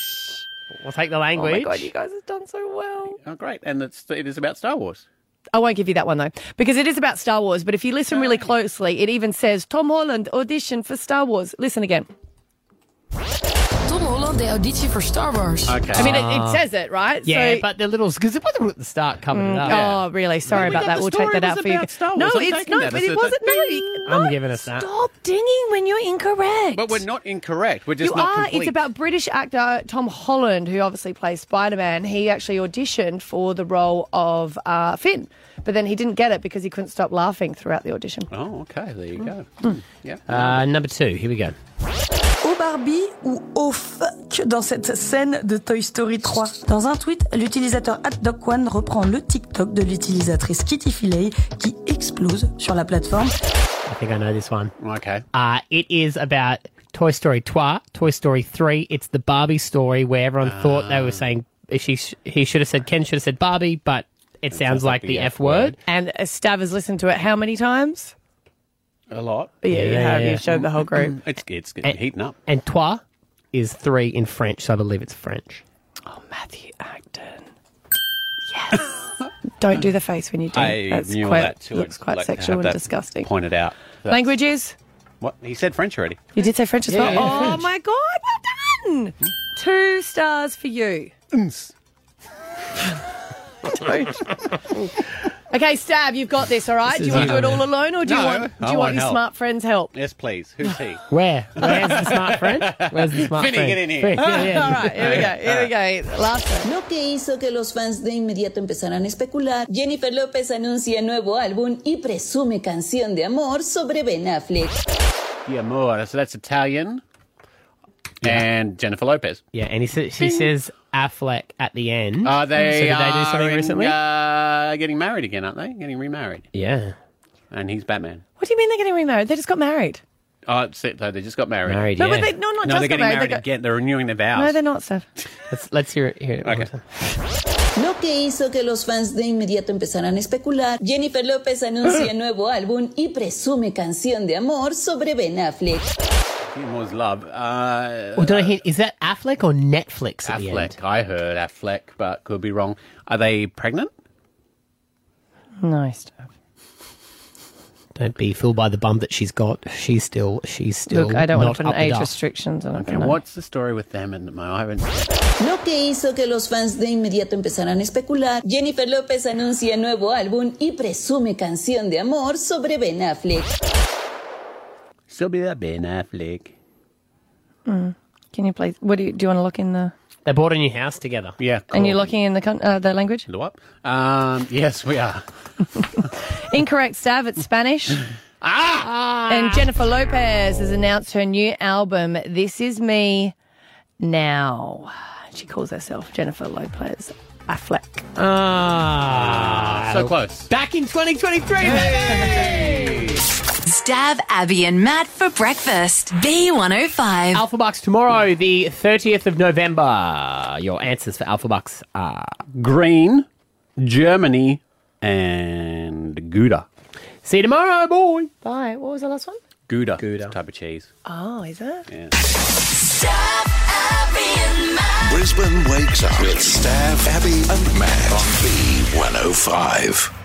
Speaker 2: We'll take the language.
Speaker 4: Oh my god, you guys have done so well.
Speaker 3: Oh, great, and it's, it is about Star Wars.
Speaker 4: I won't give you that one though, because it is about Star Wars. But if you listen really closely, it even says Tom Holland audition for Star Wars. Listen again.
Speaker 19: Tom Holland de auditie voor Star Wars.
Speaker 3: Okay.
Speaker 4: I mean, it, it says it, right?
Speaker 2: Ah. Yeah,
Speaker 4: So-
Speaker 2: but the little because it wasn't at the start coming
Speaker 4: Mm,
Speaker 2: up.
Speaker 4: Oh, really? Sorry about that. We'll take that out for you. No, it's not. But it wasn't. No, you-
Speaker 2: I'm giving us that.
Speaker 4: stop dinging when you're incorrect.
Speaker 3: But we're not incorrect. We're just
Speaker 4: you
Speaker 3: not
Speaker 4: are.
Speaker 3: complete.
Speaker 4: It's about British actor Tom Holland, who obviously plays Spider Man. He actually auditioned for the role of uh, Finn, but then he didn't get it because he couldn't stop laughing throughout the audition.
Speaker 3: Oh, okay. There you go.
Speaker 4: Hmm.
Speaker 3: Hmm. Yeah.
Speaker 4: oh.
Speaker 2: Uh, number two. Here we go.
Speaker 1: Au Barbie ou au fuck dans cette scène de Toy Story 3. Dans un tweet, l'utilisateur @docone reprend le TikTok de l'utilisatrice Kitty Filet qui explose sur la plateforme.
Speaker 2: I think I know this one.
Speaker 3: Okay.
Speaker 2: Uh, it is about Toy Story 2, Toy Story 3. It's the Barbie story where everyone thought they were saying she sh- he should have said Ken should have said Barbie, but it, sounds like the F word.
Speaker 4: And uh, Stav has listened to it how many times?
Speaker 3: A lot.
Speaker 4: Yeah, you have. You've shown the whole group.
Speaker 3: It's it's getting heating up.
Speaker 2: And toi is three in French, so I believe it's French.
Speaker 4: Mm-hmm. Matthew Acton. Yes. Don't do the face when you do.
Speaker 3: I
Speaker 4: That's
Speaker 3: knew
Speaker 4: quite,
Speaker 3: that too.
Speaker 4: looks
Speaker 3: I'd
Speaker 4: quite
Speaker 3: like to have
Speaker 4: sexual and
Speaker 3: that
Speaker 4: disgusting.
Speaker 3: Pointed out. That's-
Speaker 4: Languages.
Speaker 3: What he said French already.
Speaker 4: You did say French as
Speaker 3: Yeah,
Speaker 4: well.
Speaker 3: yeah,
Speaker 4: oh
Speaker 3: French.
Speaker 4: my god, well done! Two stars for you. Okay, Stab, you've got this, all right?
Speaker 3: This
Speaker 4: do you
Speaker 3: is
Speaker 4: want to do it
Speaker 3: you.
Speaker 4: all alone or do you
Speaker 3: No,
Speaker 4: want, do
Speaker 3: I want
Speaker 4: you want your
Speaker 3: help.
Speaker 4: smart friend's help?
Speaker 3: Yes, please. Who's he?
Speaker 2: Where? Where's the smart friend? Where's the smart
Speaker 3: Finny,
Speaker 2: friend?
Speaker 3: get in here.
Speaker 2: Finny, yeah, yeah.
Speaker 4: All right, here we go, here we go. Last one.
Speaker 22: Lo que hizo que los fans de inmediato empezaran a especular. Jennifer López anuncia nuevo álbum y presume canción de amor sobre Ben Affleck.
Speaker 3: Yeah, more. So that's Italian. And Jennifer Lopez.
Speaker 2: Yeah, and he sa- she says Affleck at the end.
Speaker 3: Are
Speaker 2: So
Speaker 3: Oh, they?
Speaker 2: did they do
Speaker 3: are
Speaker 2: something
Speaker 3: in,
Speaker 2: recently?
Speaker 3: Uh, getting married again, aren't they? Getting remarried.
Speaker 2: Yeah.
Speaker 3: And he's Batman.
Speaker 4: What do you mean they're getting remarried? They just got married.
Speaker 3: Oh, it's it, though. They just got married.
Speaker 2: Married,
Speaker 4: No, but yeah. they- no, not
Speaker 3: no, they're
Speaker 4: just got
Speaker 3: getting
Speaker 4: married, they
Speaker 3: married,
Speaker 4: got-
Speaker 3: again. They're renewing their vows.
Speaker 4: No, they're not, Steph.
Speaker 2: Let's let's hear it. Hear it okay.
Speaker 22: Lo que hizo que los fans de inmediato empezaran a especular. Jennifer López anuncia nuevo álbum y presume canción de amor sobre Ben Affleck.
Speaker 3: He was love. Uh,
Speaker 2: Well, did I hear, is that Affleck or Netflix at the end?
Speaker 3: Affleck. I heard Affleck, but could be wrong. Are they pregnant?
Speaker 4: Nice.
Speaker 2: Don't be fooled by the bum that she's got. She's still, she's still.
Speaker 22: Look, I don't wanna
Speaker 2: not
Speaker 22: put an
Speaker 2: up the
Speaker 22: age
Speaker 2: duff.
Speaker 22: restrictions on it,
Speaker 3: Okay,
Speaker 22: don't I?
Speaker 3: what's the story with them and my? I haven't.
Speaker 22: Lo que hizo que los fans de inmediato empezaran a especular. Jennifer López anuncia nuevo álbum y presume canción de amor sobre Ben Affleck.
Speaker 3: Still be that Ben Affleck.
Speaker 4: Mm. Can you please? What do you do? You want to lock in the
Speaker 2: They bought a new house together.
Speaker 3: Yeah.
Speaker 4: and you're locking in the con- uh, the language?
Speaker 3: The what? Um, yes, we are.
Speaker 4: Incorrect, Stav. It's Spanish. ah! And Jennifer Lopez has announced her new album, This Is Me Now. She calls herself Jennifer Lopez Affleck.
Speaker 2: Ah,
Speaker 5: So
Speaker 3: close.
Speaker 2: Back in 2023,
Speaker 5: Stab Abby and Matt for breakfast. B105.
Speaker 2: Alpha Bucks tomorrow, the 30th of November. Your answers for Alpha Bucks are
Speaker 3: Green, Germany, and Gouda.
Speaker 2: See you tomorrow, boy.
Speaker 4: Bye. What was the last one?
Speaker 3: Gouda. Gouda. Type of cheese.
Speaker 4: Oh, is it?
Speaker 12: oh
Speaker 23: Brisbane wakes up with Stav, Abby, and Matt on B105.